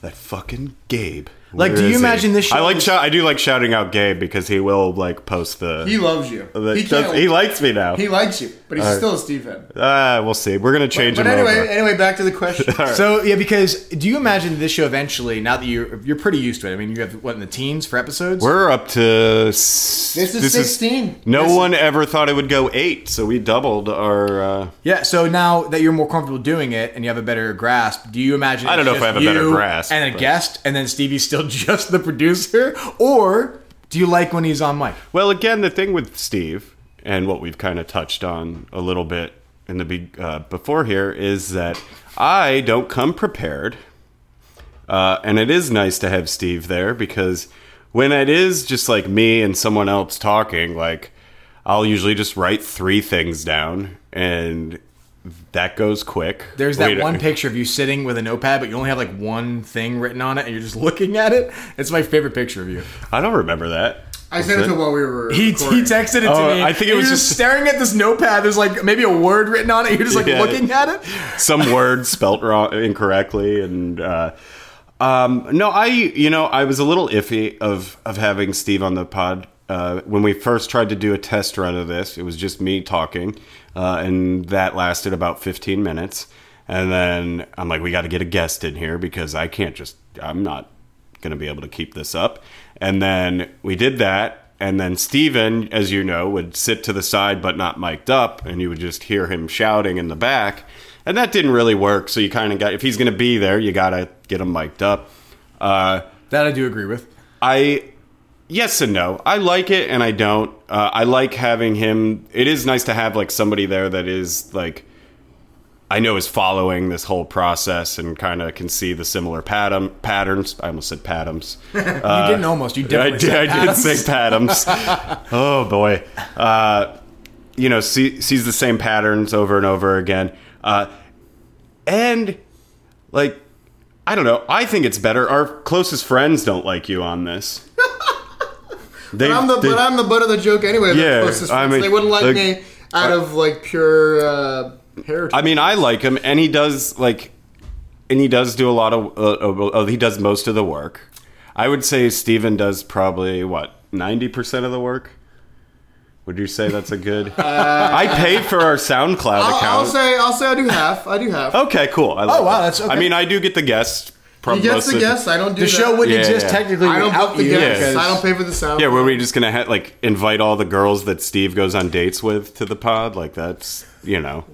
that fucking Gabe. Like, Where do you is he? imagine this show I like. is- shou- I do like shouting out Gabe because he will like post the. he loves you. the- he, can't, he likes me now. he likes you, but he's still a Steve head. uh, we'll see. We're gonna change But him anyway, over. anyway, back to the question. So yeah, because do you imagine this show eventually? Now that you're you're pretty used to it. I mean, you have what in the teens for episodes. We're up to. s- This is 16. no This is- one ever thought it would go eight, so we doubled our. Uh, Yeah, so now that you're more comfortable doing it and you have a better grasp, do you imagine? I don't know it's if just I have a better you grasp, and a but- guest, and then Stevie's still just the producer, or do you like when he's on mic? Well, again, the thing with Steve and what we've kind of touched on a little bit in the be- uh, before here is that I don't come prepared, uh, and it is nice to have Steve there because when it is just like me and someone else talking, like I'll usually just write three things down and that goes quick. There's that We- one picture of you sitting with a notepad, but you only have like one thing written on it, and you're just looking at it. It's my favorite picture of you. I don't remember that. I sent it to him while we were. He, he recording. texted it to Oh, me. I think it and was you're just just- staring at this notepad. There's like maybe a word written on it. You're just like Yeah. looking at it. some word spelt wrong incorrectly and uh um no i you know i was a little iffy of of having steve on the pod uh when we first tried to do a test run of this it was just me talking uh and that lasted about 15 minutes and then i'm like we got to get a guest in here because i can't just i'm not going to be able to keep this up. And then we did that. And then Steven, as you know, would sit to the side but not mic'd up, and you would just hear him shouting in the back. And that didn't really work. So you kind of got, if he's going to be there, you got to get him mic'd up. Uh, That I do agree with. I yes and no. I like it and I don't. Uh, I like having him. It is nice to have like somebody there that is like I know is following this whole process and kind of can see the similar patum, patterns. I almost said patums. you didn't almost. You Uh, I definitely. did. I said did Adams. say patums. oh boy. Uh, you know, see, sees the same patterns over and over again. Uh, and like, I don't know. I think it's better. Our closest friends don't like you on this. They, But I'm the they- but I'm the butt of the joke anyway. Yeah, Yeah, closest I friends. mean, they wouldn't like like- me out of like pure uh, heritage. I mean, I like him, and he does like, and he does do a lot of. Uh, uh, he does most of the work. I would say Steven does probably what ninety percent of the work. Would you say that's a good? I pay for our SoundCloud Uh, I'll, account. I'll say I'll say I do half. I do half. okay, cool. I like Oh, wow, that. that's okay. I mean, I do get the guest. He gets the guess. I don't do The that. show wouldn't Yeah, exist yeah. technically I don't without book the you. guests. Yeah. I don't pay for the sound. Yeah, were we just gonna ha- like invite all the girls that Steve goes on dates with to the pod? Like that's you know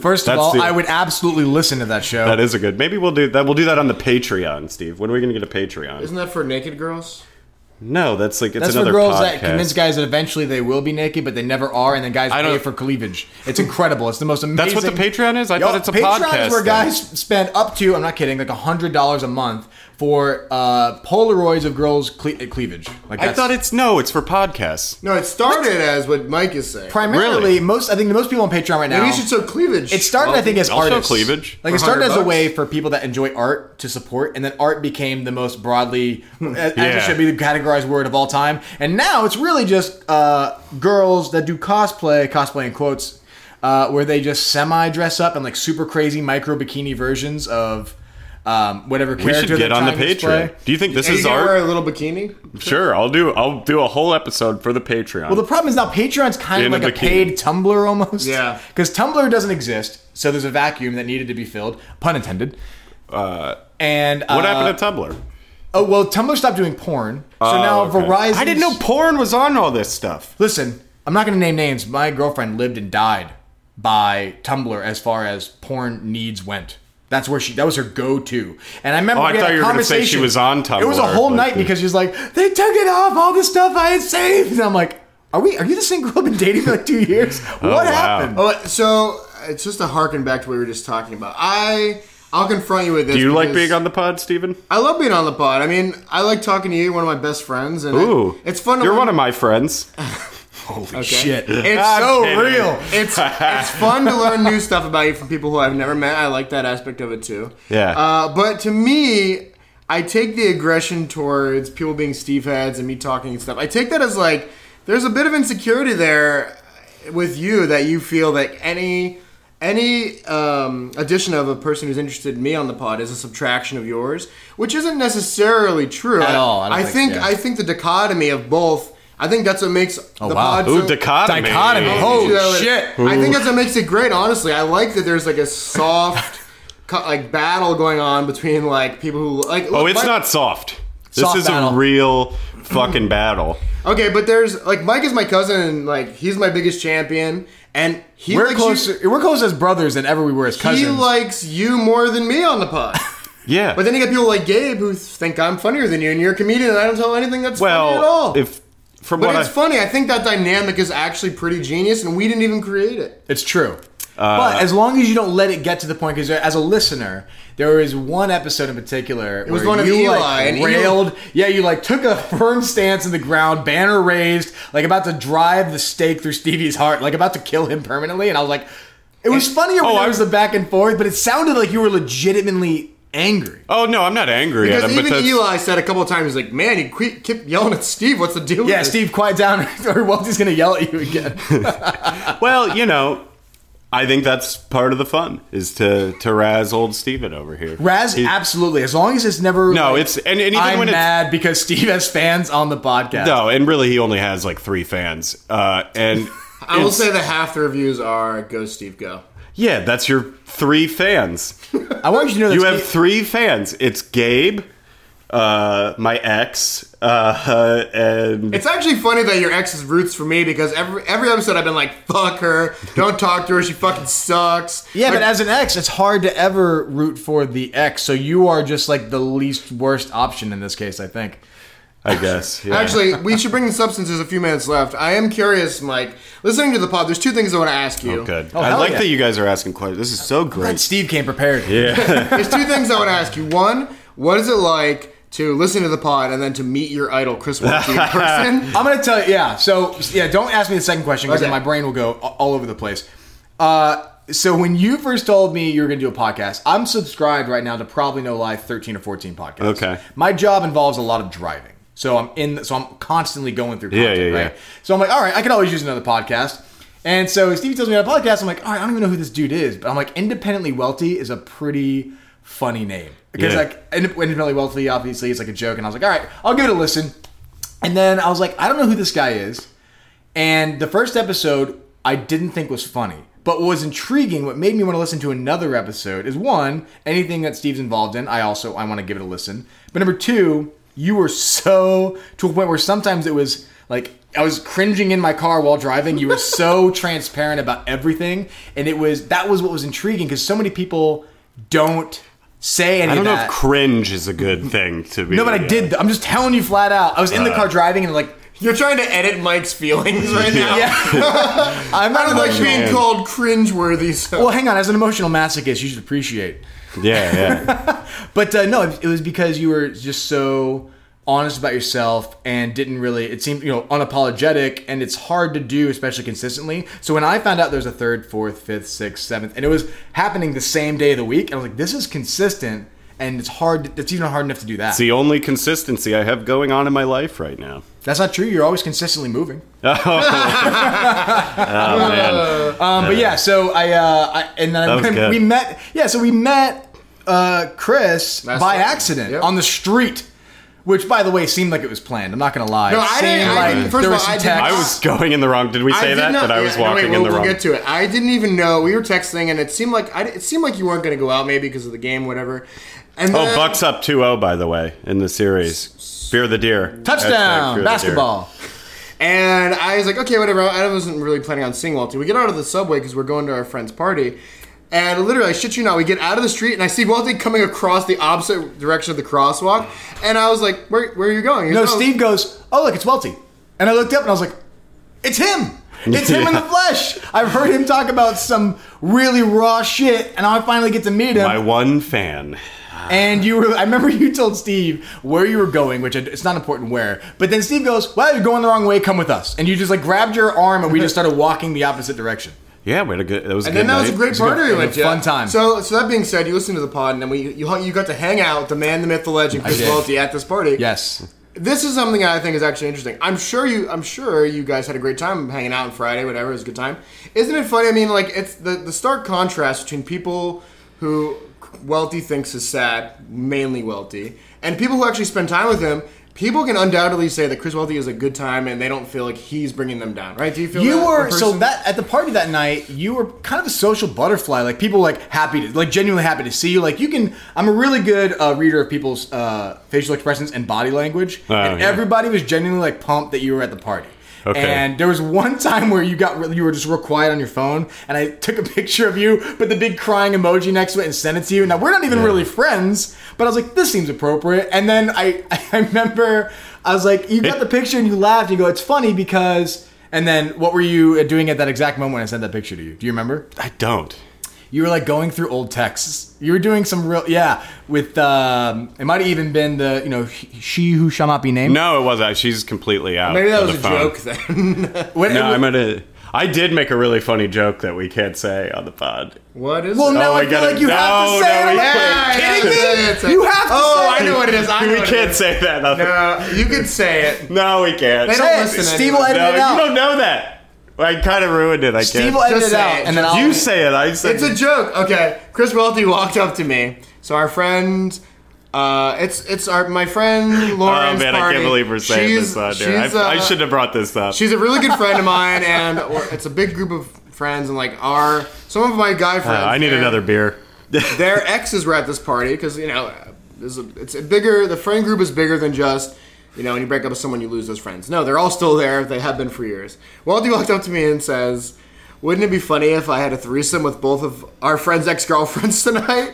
First of That's all, the- I would absolutely listen to that show. that is a good. Maybe we'll do that. We'll do that on the Patreon, Steve. When are we gonna get a Patreon? Isn't that for naked girls? no, that's like it's That's for another girls podcast. that convince guys that eventually they will be naked, but they never are, and then guys I pay don't- for cleavage. It's incredible. It's the most amazing. That's what the Patreon is. I thought it's a Patreon podcast. is where thing. guys spend up to, I'm not kidding, like hundred dollars a month for uh, Polaroids of girls' cle- cleavage. Like I that's, thought it's no. It's for podcasts. No, it started as what Mike is saying. primarily Really? most. I think the most people on Patreon right now. Maybe you should show cleavage. It started, I think, as also artists. cleavage Like for it started as 100 a bucks. way for people that enjoy art to support, and then art became the most broadly, as, as Yeah. it should be, the categorized word of all time. And now it's really just uh, girls that do cosplay, cosplay in quotes, uh, where they just semi dress up in like super crazy micro bikini versions of um, whatever We character. should get they're on the trying to display. Patreon. Do you think this Are you is gonna art? wear a little bikini? Sure, I'll do. I'll do a whole episode for the Patreon. Well, the problem is now Patreon's kind In a of like a bikini. paid Tumblr almost. Yeah. Because Tumblr doesn't exist, so there's a vacuum that needed to be filled, pun intended. Uh, and what uh, happened to Tumblr? Oh, Oh well, Tumblr stopped doing porn, so now okay. Verizon. I didn't know porn was on all this stuff. Listen, I'm not going to name names. My girlfriend lived and died by Tumblr as far as porn needs went. That's where she. That was her go-to. And I remember. Oh, I we had thought a you were gonna say she conversation. was on Tumblr, It was a whole but- night because she was like, "They took it off all the stuff I had saved." And I'm like, "Are we? Are you the same girl I've been dating for like two years? What wow. happened?" Oh, so it's just to harken back to what we were just talking about. I I'll confront you with this. Do you like because- being on the pod, Steven? I love being on the pod. I mean, I like talking to you, one of my best friends, and I- Ooh, it's fun. To You're learn- one of my friends. Holy shit! It's I'm so kidding. real. It's it's fun to learn new stuff about you from people who I've never met. I like that aspect of it too. Yeah. Uh, but to me, I take the aggression towards people being Steve heads and me talking and stuff. I take that as like there's a bit of insecurity there with you that you feel that any any um, addition of a person who's interested in me on the pod is a subtraction of yours, which isn't necessarily true At all, I don't I think- think yeah. I think the dichotomy of both. I think that's what makes the Oh, wow. pod Ooh, so- dichotomy. Oh. Dichotomy. I'll Holy teach you that later. shit. I think that's what makes it great. Honestly, I like that there's like a soft, co- like battle going on between like people who like. Oh, it's not soft. This Soft is battle. a real fucking battle. okay, but there's like Mike is my cousin, and like he's my biggest champion, and he We're likes closer. we're close as brothers than ever we were as You, cousins. he likes you more than me on the pod. Yeah. but then you get people like Gabe who think I'm funnier than you, and you're a comedian, and I don't tell anything that's funny at well, all. if from but what it's I, funny. I think that dynamic is actually pretty genius, and we didn't even create it. it's true. Uh, but as long as you don't let it get to the point, because as a listener, there is one episode in particular. It was one of you, Eli, like, and Eli- railed. yeah, you like took a firm stance in the ground, banner raised, like about to drive the stake through Stevie's heart, like about to kill him permanently. And I was like, it was funnier when Oh, I I- was the back and forth, but it sounded like you were legitimately angry. Oh no, I'm not angry at Because him. but even that's, Eli said a couple of times, like, man, he que- kept yelling at Steve. What's the deal with Yeah, this?" Steve, quiet down, or Welty's gonna yell at you again. well, you know, I think that's part of the fun is to to razz old Steven over here. Raz, He- absolutely. As long as it's never No, like, it's- and- and even I'm when it's- mad because Steve has fans on the podcast. No, and really, he only has like three fans. Uh, and I will it's- say that half the reviews are go Steve go. yeah, that's your three fans. I want you to know that You Steve- have three fans. It's Gabe, uh, my ex, uh, and It's actually funny that your ex is roots for me because every every episode I've been like, fuck her, don't talk to her, she fucking sucks. Yeah, Like, but as an ex, it's hard to ever root for the ex. So you are just like the least worst option in this case, I think. I guess yeah. Actually, we should bring the substances a few minutes left. I am curious, Mike. Listening to the pod, there's two things I want to ask you. Oh, good. Oh, I hell like yeah. that you guys are asking questions. This is so But great. Steve came prepared. There's two things I want to ask you. One, what is it like to listen to the pod and then to meet your idol, Chris Walkie, in person? I'm gonna tell you. Yeah. So yeah, don't ask me the second question because Okay. then my brain will go a- all over the place. Uh, so when you first told me you were gonna do a podcast, I'm subscribed right now to probably no lie 13 or 14 podcasts. Okay. My job involves a lot of driving, so I'm in. So I'm constantly going through. Content, Yeah, yeah, yeah. right? So I'm like, all right, I could always use another podcast. And so Steve tells me on a podcast, I'm like, all right, I don't even know who this dude is, but I'm like, independently wealthy is a pretty funny name because Yeah. like Inde- independently wealthy obviously is like a joke, and I was like, all right, I'll give it a listen. And then I was like, I don't know who this guy is. And the first episode I didn't think was funny. But what was intriguing, what made me want to listen to another episode is one, anything that Steve's involved in, I also I want to give it a listen. But number two, you were so to a point where sometimes it was like I was cringing in my car while driving. You were so transparent about everything. And it was that was what was intriguing because so many people don't say any I don't of know that. if cringe is a good thing to be. no, but I did. I'm just telling you flat out. I was in the car driving and like Uh. You're trying to edit Mike's feelings right now. Yeah. I'm I not don't like emotional. being called cringeworthy. So. Well, hang on. As an emotional masochist, you should appreciate. Yeah, yeah. But uh, no, it it was because you were just so honest about yourself and didn't really. It seemed you know unapologetic, and it's hard to do, especially consistently. So when I found out there was a third, fourth, fifth, sixth, seventh, and it was happening the same day of the week, I was like, this is consistent, and it's hard. It's even hard enough to do that. it's the only consistency I have going on in my life right now. That's not true. You're always consistently moving. Oh man. uh, Um, but yeah, so I, uh, I and then I, was good. we met. Yeah, so we met uh, Chris Last by night. accident Yep. on the street, which, by the way, seemed like it was planned. I'm not gonna lie. No, It I seemed didn't- I like didn't- first there of was all, some I did text. I was going in the wrong. Did we say that? that I was yeah, no, walking wait, in we'll, the we'll wrong. get to it. I didn't even know we were texting, and it seemed like I, di- it seemed like you weren't going to go out, maybe because of the game, whatever. And Oh, then- Bucks up 2-0, by the way, in the series. Fear the deer. Hashtag Fear touchdown the basketball. And I was like, okay, whatever. I wasn't really planning on seeing Walty. We get out of the subway because we're going to our friend's party. And literally, I shit you not, we get out of the street and I see Walty coming across the opposite direction of the crosswalk. And I was like, where, where are you going? He No, goes, "Oh, Steve goes, "Oh look, it's Welty," and I looked up and I was like, "It's him." It's him in the Yeah. flesh. I've heard him talk about some really raw shit, and I finally get to meet him. My one fan. And you were, I remember you told Steve where you were going, which I- it's not important where. But then Steve goes, Well, you're going the wrong way, come with us. And you just like grabbed your arm and we just started walking the opposite direction. Yeah, we had a good. That was a And good then that was a night. great a good- party we it was went a to. fun time. So, so that being said, you listened to the pod, and then we you hung- you got to hang out with the man, the myth, the legend, Chris did. Walty at this party. Yes. This is something I think is actually interesting. I'm sure you I'm sure you guys had a great time hanging out on Friday, whatever, it was a good time. Isn't it funny? I mean, like it's the, the stark contrast between people who Welty thinks is sad, mainly Welty, and people who actually spend time with him. People can undoubtedly say that Chris Welty is a good time, and they don't feel like he's bringing them down, right? Do you feel You that, were, in so person? that, at the party that night, you were kind of a social butterfly. Like people like happy to, like genuinely happy to see you. Like you can, I'm a really good uh, reader of people's uh, facial expressions and body language. Oh, and yeah. everybody was genuinely like pumped that you were at the party. Okay. And there was one time where you got re- you were just real quiet on your phone, and I took a picture of you, put the big crying emoji next to it, and sent it to you. Now we're not even really friends, but I was like, this seems appropriate. And then I I remember I was like, you got the picture and you laughed. And you go, it's funny because. And then what were you uh, doing at that exact moment when I sent that picture to you? Do you remember? I don't. You were like going through old texts. You were doing some real, yeah. With um, it might have even been the you know she who shall not be named. No, it wasn't. She's completely out. Maybe that of was a the phone. joke then. What- No, I'm gonna. I did make a really funny joke that we can't say on the pod. what is well, it? now Oh, I we feel gotta- like you have no, to say no, it. we Yeah, can't. yeah, Yeah, kidding yeah, me? it's a- you have to. Oh, say I know it. what it is. I know we what it can't is. say that. On the, Uh, you could say it. no, we can't. They don't Say it. listen. Steve anyway. will edit no, it out. you don't know that. I kind of ruined it. I Steve will guess. edit Just it say out, it. and then I'll. You say it. I say It's a joke. Okay. Chris Welty walked up to me. So our friend, uh, it's it's our my friend Oh Lauren's man, I party. can't believe we're saying she's, this on there. I, she's, uh, I should have brought this up. She's a really good friend of mine, and it's a big group of friends, and like our some of my guy Uh, friends. I need they're- another beer. their exes were at this party because you know there's a, it's a bigger the friend group is bigger than just you know when you break up with someone you lose those friends no they're all still there they have been for years Waldy walked up to me and says wouldn't it be funny if I had a threesome with both of our friends ex girlfriends tonight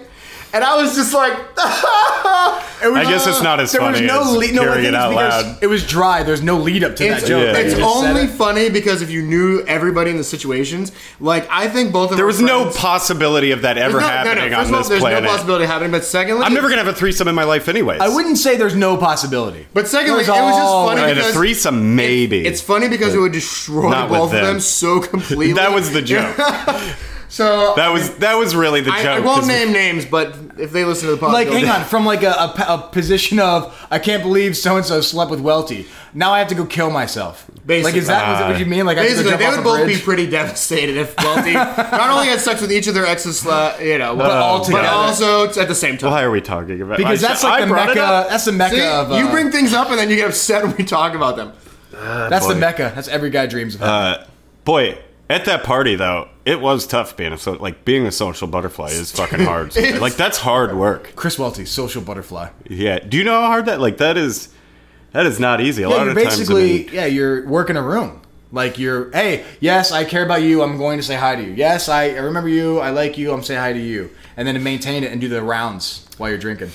and I was just like It was- I guess it's not as there was funny no as lead- no, I hearing think it it's out because loud. It was dry. There's no lead up to it's, that joke. yeah, it's you just said only it. funny because if you knew everybody in the situations like I think both of There our was no friends- possibility of that ever no, no, no. happening First on of all, this there's planet. no possibility of happening but secondly I'm never gonna have a threesome in my life, anyways. I wouldn't say there's no possibility. but secondly There's it was just always- funny And a because threesome, maybe. It's funny because it would destroy Not with both of them. them so completely. that was the joke. so That was that was really the I, joke. I 'cause won't name names, but if they listen to the podcast, like they'll hang do. on from like a, a p- a position of I can't believe so and so slept with Welty. Now I have to go kill myself. like is that, is that what you mean? Like I have to Basically, go jump they off a would both bridge? be pretty devastated if Welty not only had sex with each of their exes, uh, you know, but, all together. also t- at the same time. Why are we talking about? because I- that's I like the brought it mecca. up. That's the mecca See, of uh, you bring things up and then you get upset when we talk about them. That's the boy. mecca. That's every guy dreams of. having. Boy, at that party though, it was tough being a so like being a social butterfly is fucking hard. It's- like that's hard work. Chris Welty, social butterfly. Yeah. Do you know how hard that like that is? That is not easy. A Yeah, lot you're of times, I mean, basically yeah, you're working a room. Like you're, hey, yes, I care about you. I'm going to say hi to you. Yes, I, I remember you. I like you. I'm saying hi to you. And then to maintain it and do the rounds while you're drinking.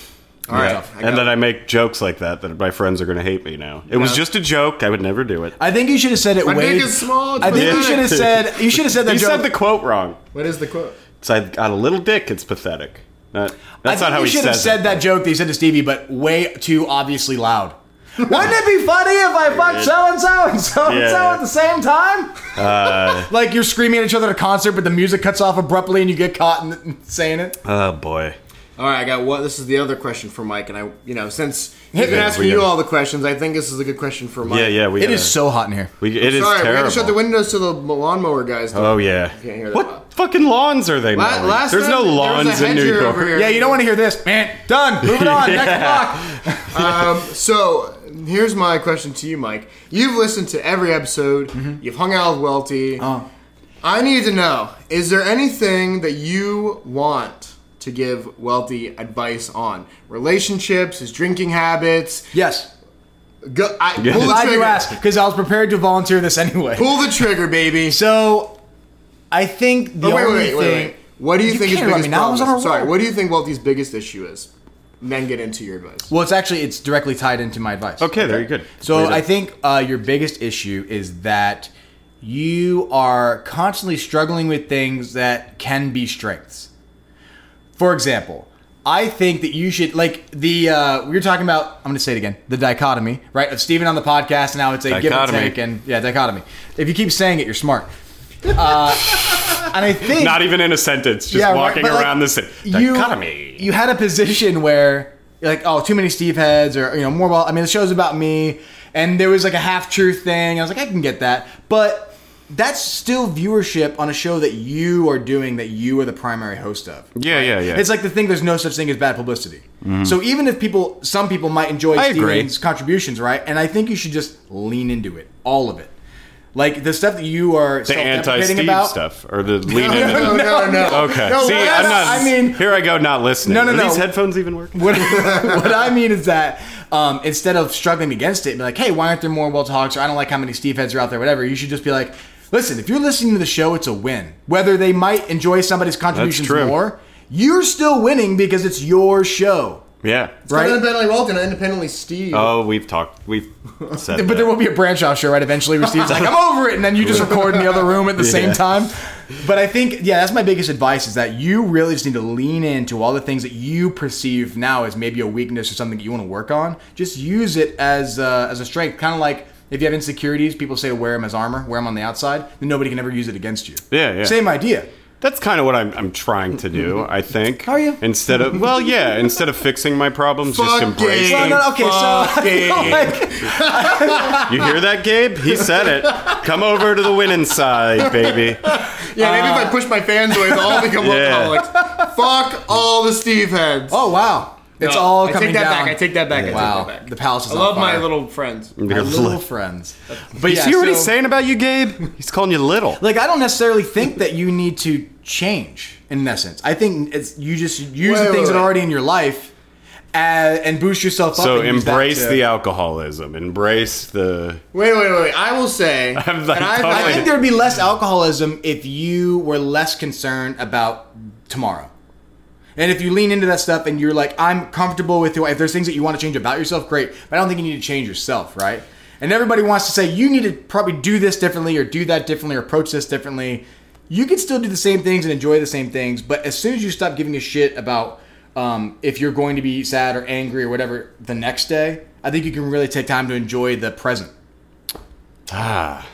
All right. I got and then I make jokes like that that my friends are going to hate me now. It was No. just a joke. I would never do it. I think you should have said it. My way, dick is small, it's I think you pathetic. should have said. You should have said that You joke. said the quote wrong. What is the quote? So I got a little dick. It's pathetic. That- I that's think not how you he should have says said it. that joke that you said to Stevie, but way too obviously loud. Wouldn't it be funny if I fucked so and so and so and so Yeah. Uh. at the same time? like you're screaming at each other at a concert, but the music cuts off abruptly and you get caught in, in saying it. Oh boy. All right, I got what. This is the other question for Mike, and I, you know, since he's been Yeah, asking we you gotta- all the questions, I think this is a good question for Mike. Yeah, yeah. We It is so hot in here. We, it is Sorry, we had terrible. to shut the windows so the lawnmower guys. Don't Oh yeah. can't hear that what well. fucking lawns are they? La- mowing? last There's time no there was lawns a in New hedger York. over here. Yeah, you don't want to hear this. Man, done. Moving on. Next block. Um, so here's my question to you, Mike. You've listened to every episode. Mm-hmm. You've hung out with Welty. Oh. I need to know: is there anything that you want to give Welty advice on? Relationships, his drinking habits. Yes. Go, I, pull the Glad trigger. you asked because I was prepared to volunteer this anyway. Pull the trigger, baby. So, I think the Oh, wait, only wait, wait, thing. wait, wait. What do you, You think his can't interrupt biggest me now, I was problem? on is? a Sorry, roll. what do you think Welty's biggest issue is? And then get into your advice. Well, it's actually it's directly tied into my advice. Okay, there you go. So Way to- I think uh, your biggest issue is that you are constantly struggling with things that can be strengths. For example, I think that you should like the uh, we were talking about. I'm going to say it again. The dichotomy, right? Of Steven on the podcast. Now it's a give Dichotomy. and take, and yeah, dichotomy. If you keep saying it, you're smart. Uh, and I think Not even in a sentence. Just right, walking but, like, around the city. you- Dichotomy. You, had a position where you're like, oh, too many Steve heads, or you know, more. Well, I mean, the show's about me, and there was like a half truth thing. I was like, I can get that, but that's still viewership on a show that you are doing that you are the primary host of. yeah, yeah, yeah. It's like the thing. There's no such thing as bad publicity. So even if people, some people might enjoy Mm-hmm. I agree. Steven's contributions, right? And I think you should just lean into it, all of it. Like the stuff that you are the anti-Steve stuff or the lean in. no, no, no. Okay. No, See, what? I'm not. I mean- here I go, not listening. No, no, Are no. These headphones even working? What, what I mean is that um, instead of struggling against it, be like, hey, why aren't there more well talks? Or I don't like how many Steve heads are out there, whatever. You should just be like, listen, if you're listening to the show, it's a win. Whether they might enjoy somebody's contributions true. more, you're still winning because it's your show. Yeah. Right? Right? independently Walton, independently Steve. Oh, we've talked. We've said. But there that. will be a branch out show, right? Eventually, where Steve's like, "I'm over it," and then you just record in the other room at the same Yeah. time. But I think, yeah, that's my biggest advice: is that you really just need to lean into all the things that you perceive now as maybe a weakness or something that you want to work on. Just use it as uh, as a strength, kind of like. If you have insecurities, people say to wear them as armor, wear them on the outside, then nobody can ever use it against you. Yeah, yeah. Same idea. That's kind of what I'm, I'm trying to do. I think. Are you? Instead of well, yeah. Instead of fixing my problems, just Fucking embrace them. Well, no, okay, so I feel Fucking- like- You hear that, Gabe? He said it. Come over to the winning side, baby. yeah, maybe if I push my fans away, they'll all become yeah. workaholics. Fuck all the Steve heads. oh wow, it's No, all I coming take that down. back. I take that back. I Wow, take that back. the palace is I on love my fire. little friends. My little friends. But You yeah, see what he's so- saying about you, Gabe? He's calling you little. Like I don't necessarily think that you need to change in essence. I think it's you just use Wait, the wait, things that are wait. already in your life uh, and, and boost yourself up. so and use that embrace to- the alcoholism. Embrace the. Wait, wait, wait. I will say, I'm like and I've- totally- I think there'd be less alcoholism if you were less concerned about tomorrow. And if you lean into that stuff and you're like, I'm comfortable with who I- if there's things that you want to change about yourself, great. But I don't think you need to change yourself, right? And everybody wants to say, you need to probably do this differently or do that differently or approach this differently. You can still do the same things and enjoy the same things, but as soon as you stop giving a shit about um, if you're going to be sad or angry or whatever the next day, I think you can really take time to enjoy the present. Ah.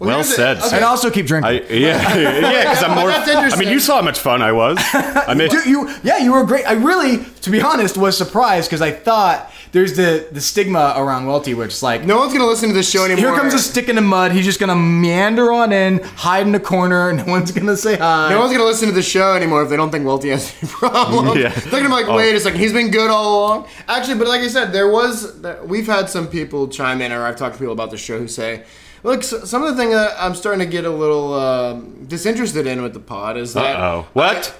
Well, here's the- said. okay. sir. And also keep drinking. I, yeah, yeah, because I'm more. that's I interesting. mean, you saw how much fun I was. I mean, Dude, you yeah, you were great. I really, to be honest, was surprised because I thought there's the the stigma around Welty, which is like, no one's gonna listen to this show anymore. here comes a stick in the mud. He's just gonna meander on in, hide in the corner. No one's gonna say hi. No one's gonna listen to the show anymore if they don't think Welty has any problems. Yeah. They're gonna be like, wait a second, he's been good all along. Actually, but like I said, there was we've had some people chime in, or I've talked to people about the show who say, look, s some of the thing that I'm starting to get a little um disinterested in with the pod is that oh, what?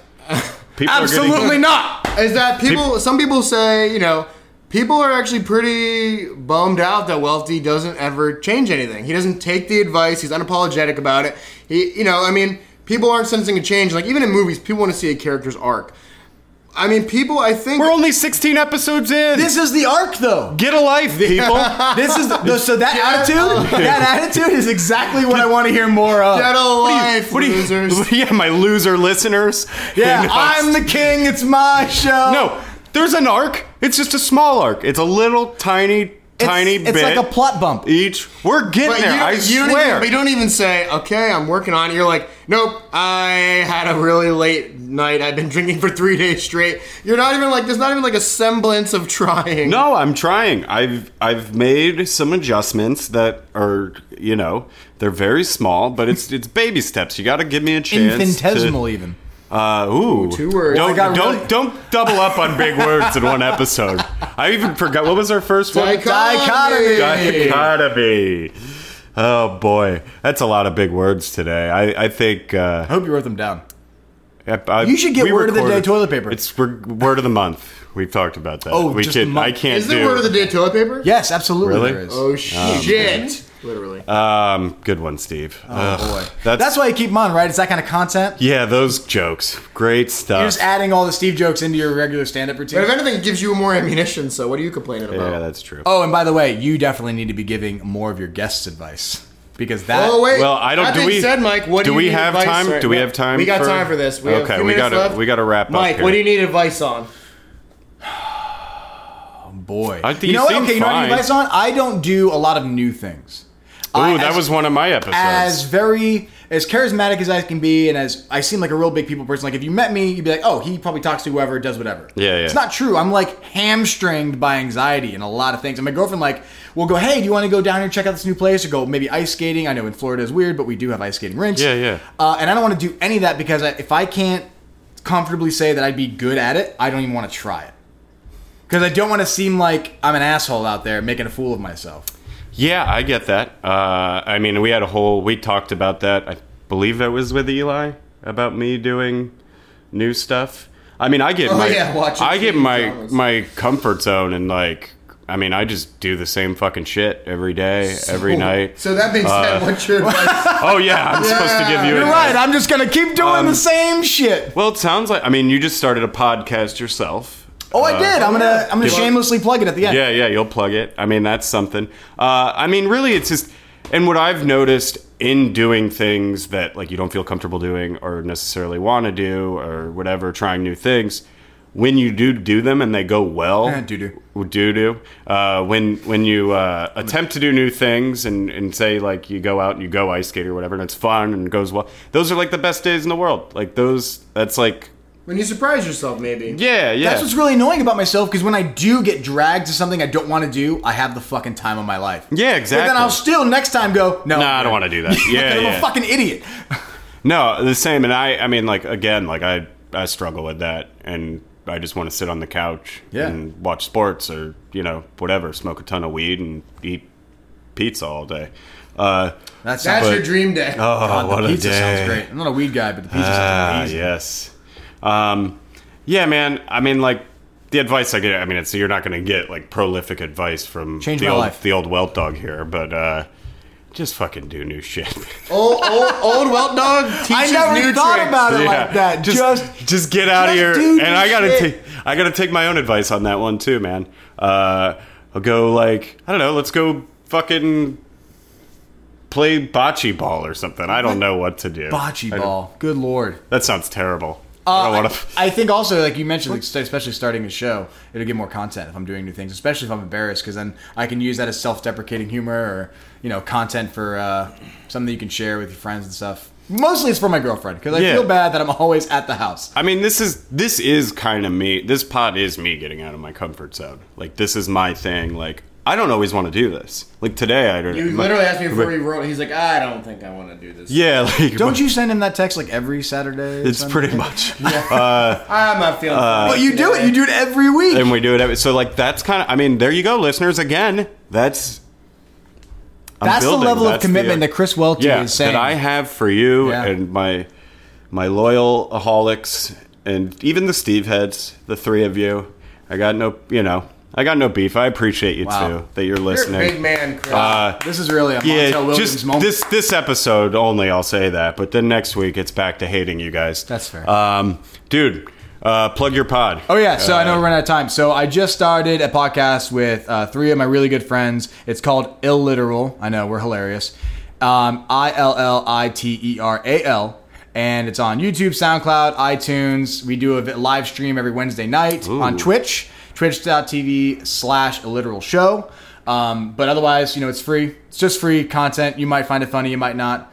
People Are Absolutely getting, not. is that people some people say you know people are actually pretty bummed out that wealthy doesn't ever change anything he doesn't take the advice he's unapologetic about it he you know i mean people aren't sensing a change like even in movies people want to see a character's arc i mean people i think We're only 16 episodes in. This is the arc, though. Get a life, people. This is the, so that attitude. That attitude is exactly what I want to hear more of. get a life What do you- losers yeah, my loser listeners. Yeah, You know, I'm the king. It's my show. No, there's an arc. It's just a small arc. It's a little tiny, it's, tiny It's bit. like a plot bump. each. We're getting But you, there. don't, I you don't swear. even, but you don't even say, "Okay, I'm working on it." You're like, "Nope, I had a really late night. I've been drinking for three days straight." You're not even like, there's not even like a semblance of trying. no, I'm trying. I've I've made some adjustments that are you know they're very small, but it's it's baby steps. You got to give me a chance. Infinitesimal, even. To, uh, ooh, two words. Don't I got don't really- don't double up on big words in one episode. I even forgot what was our first one. Dichotomy. Dichotomy. Oh boy, that's a lot of big words today. I I think. Uh, I hope you wrote them down. I- I- You should get word of the day recorded- toilet paper. It's re- word of the month. We've talked about that. Oh, we just can, the month. I can't Is do. there word of the day toilet paper? Yes, absolutely. Really? There is. Oh shit! Literally. um, good one, Steve. Oh boy. that's, That's, why you keep them on, right? It's that kind of content. yeah. Those jokes, great You're just stuff. adding all the Steve jokes into your regular stand-up routine. but if anything, it gives you more ammunition. So what are you complaining about? yeah, that's true. oh, and by the way, you definitely need to be giving more of your guests advice because that. Oh wait. Well, I don't- That do being we- said, Mike, what do do, you we need have advice time? right Do we now? have time We got for- time for this. We have a Okay, few we minutes gotta- left. we gotta wrap up Mike, here. what do you need advice on? boy, I think you know you what? seem Okay, you know what I fine. need advice on? I don't do a lot of new things. Ooh, I- that as- was one of my episodes. as very as charismatic as I can be, and as I seem like a real big people person. Like if you met me, you'd be like, "Oh, he probably talks to whoever, does whatever." Yeah, yeah. It's not true. I'm like hamstringed by anxiety and a lot of things. And my girlfriend like will go, "Hey, do you want to go down here and check out this new place, or go maybe ice skating?" I know in Florida is weird, but we do have ice skating rinks. Yeah, yeah. Uh, and I don't want to do any of that because I, if I can't comfortably say that I'd be good at it, I don't even want to try it. Because I don't want to seem like I'm an asshole out there making a fool of myself. yeah, I get that. Uh, I mean, we had a whole. We talked about that. I believe that was with Eli about me doing new stuff. I mean, I get Oh, my yeah, watching I get TV my dramas. my comfort zone and like. I mean, I just do the same fucking shit every day, every night. Uh, So that being said, what's your advice? Oh yeah, I'm supposed to give you. You're advice. right. I'm Um, just gonna keep doing the same shit. Well, it sounds like I mean you just started a podcast yourself. Oh, I did. I'm gonna I'm gonna Give- shamelessly plug it at the end. Uh, Yeah, yeah, you'll plug it. I mean, that's something. Uh, I mean, really, it's just, and what I've noticed in doing things that like you don't feel comfortable doing or necessarily want to do or whatever, trying new things, when you do do them and they go well, Eh, doo-doo. do do. Uh, when when you uh, attempt to do new things and and say like you go out and you go ice skate or whatever and it's fun and it goes well, those are like the best days in the world. Like those, that's like When you surprise yourself, maybe. yeah, yeah. That's what's really annoying about myself because when I do get dragged to something I don't want to do, I have the fucking time of my life. yeah, exactly. But then I'll still next time go, no. Nah, I don't wanna do that. Yeah, I'm yeah. a fucking idiot. No, the same. And I, I mean, like again, like I, I struggle with that, and I just want to sit on the couch Yeah. and watch sports or you know whatever, smoke a ton of weed and eat pizza all day. Uh, That's, That's but, your dream day. oh, God, what the a pizza day! sounds great. I'm not a weed guy, but the pizza sounds Ah, amazing. yes. Um, yeah, man. I mean, like the advice I get. I mean, it's you're not going to get like prolific advice from Changed the my old life. the old welt dog here, but uh, just fucking do new shit. old, old, old welt dog teaches I never new thought tricks. about it Yeah. like that. Just, just just get out just of do here. this And I gotta shit. take I gotta take my own advice on that one too, man. Uh, I'll go like I don't know. Let's go fucking play bocce ball or something. I don't know what to do. bocce I don't- ball. Good lord. That sounds terrible. Uh, I don't want to. I, I think also, like you mentioned, like, st- especially starting a show, it'll get more content if I'm doing new things, especially if I'm embarrassed, because then I can use that as self-deprecating humor or you know content for uh, something that you can share with your friends and stuff. Mostly, it's for my girlfriend because I Yeah. feel bad that I'm always at the house. I mean, this is this is kind of me. This pod is me getting out of my comfort zone. Like this is my thing. Like I don't always want to do this. Like today, I don't. You literally asked me before you wrote. He's like, I don't think I want to do this. Yeah, like Don't you send him that text like every Saturday? or It's Sunday? pretty much. I'm not feeling. But you do it. You do it every week. and we do it every so like that's kind of i mean there you go listeners again that's I'm That's building. the level That's of the- commitment that Chris Welty yeah is saying. that i have for you Yeah. and my my loyal aholics and even the steve heads the three of you i got no you know i got no beef i appreciate you Wow. too that you're You're a listening big man, Chris. uh this is really a Montel yeah, Williams just moment. this this episode only. I'll say that, but then next week it's back to hating you guys. That's fair. um, dude. Uh, plug your pod. Oh yeah, so I know we're running out of time. So I just started a podcast with uh, three of my really good friends. It's called Illiteral. I know we're hilarious. Um, I L L I T E R A L, and it's on YouTube, SoundCloud, iTunes. We do a vi- live stream every Wednesday night on Twitch, twitch.tv slash Illiteral Show. Um, but otherwise, you know, it's free. It's just free content. You might find it funny, you might not.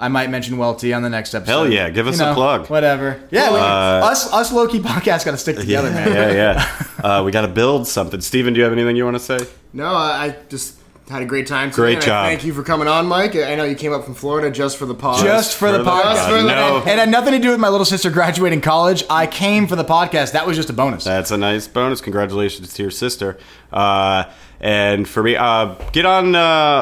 I might mention Welty on the next episode. Hell yeah, give us You a plug. Uh, Whatever. Yeah, we, us us low key podcast got to stick together, man. yeah, yeah. Uh, we got to build something. Steven, do you have anything you want to say? no, I, I just had a great time. Today, Great and I job. thank you for coming on, Mike. I know you came up from Florida just for the pod. just for the Just for podcast. the- No, It had nothing to do with my little sister graduating college. I came for the podcast. That was just a bonus. that's a nice bonus. Congratulations to your sister. Uh, and for me, uh, get on uh,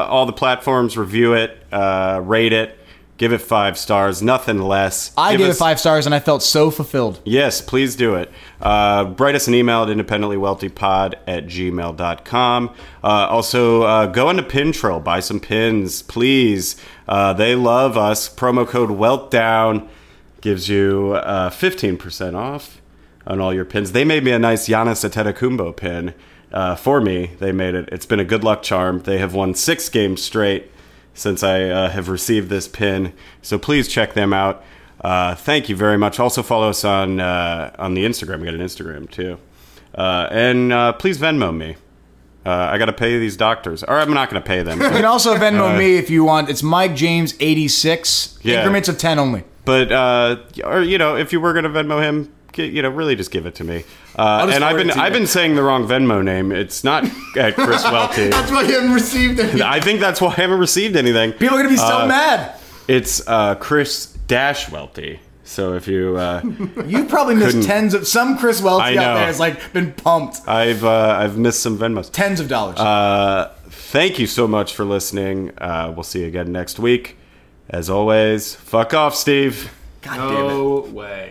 all the platforms, review it, uh, rate it, give it five stars, nothing less. I Give gave it us- five stars and I felt so fulfilled. Yes, please do it. Uh, write us an email at independentlyweltypod at gmail.com. Uh, also, uh, go into Pintrail, buy some pins, please. Uh, they love us. Promo code WELTDOWN gives you uh, 15% off on all your pins. They made me a nice Giannis Antetokounmpo pin uh, for me. They made it. It's been a good luck charm. They have won six games straight since I uh, have received this pin. So please check them out. Uh, thank you very much. Also follow us on uh, on the Instagram. We got an Instagram too, uh, and uh, please Venmo me. Uh, I got to pay these doctors, or I'm not going to pay You them. can also Venmo me if you want. It's Mike James eighty six Uh-huh. Yeah. increments of ten only. but uh, or you know, if you were going to Venmo him, g you know, really just give it to me. Uh, just and I've forward been it to I've you. been saying the wrong Venmo name. It's not at Chris Welty. That's why you haven't received it. I think that's why I haven't received anything. People are gonna be so Uh, mad. It's uh, Chris Dash Welty. So if you, uh, You probably missed couldn't- tens of some Chris Welty I out know. there has like been pumped I've uh, I've missed some Venmos. tens of dollars. Uh, thank you so much for listening. Uh, we'll see you again next week. As always, fuck off, Steve. God damn it. no way.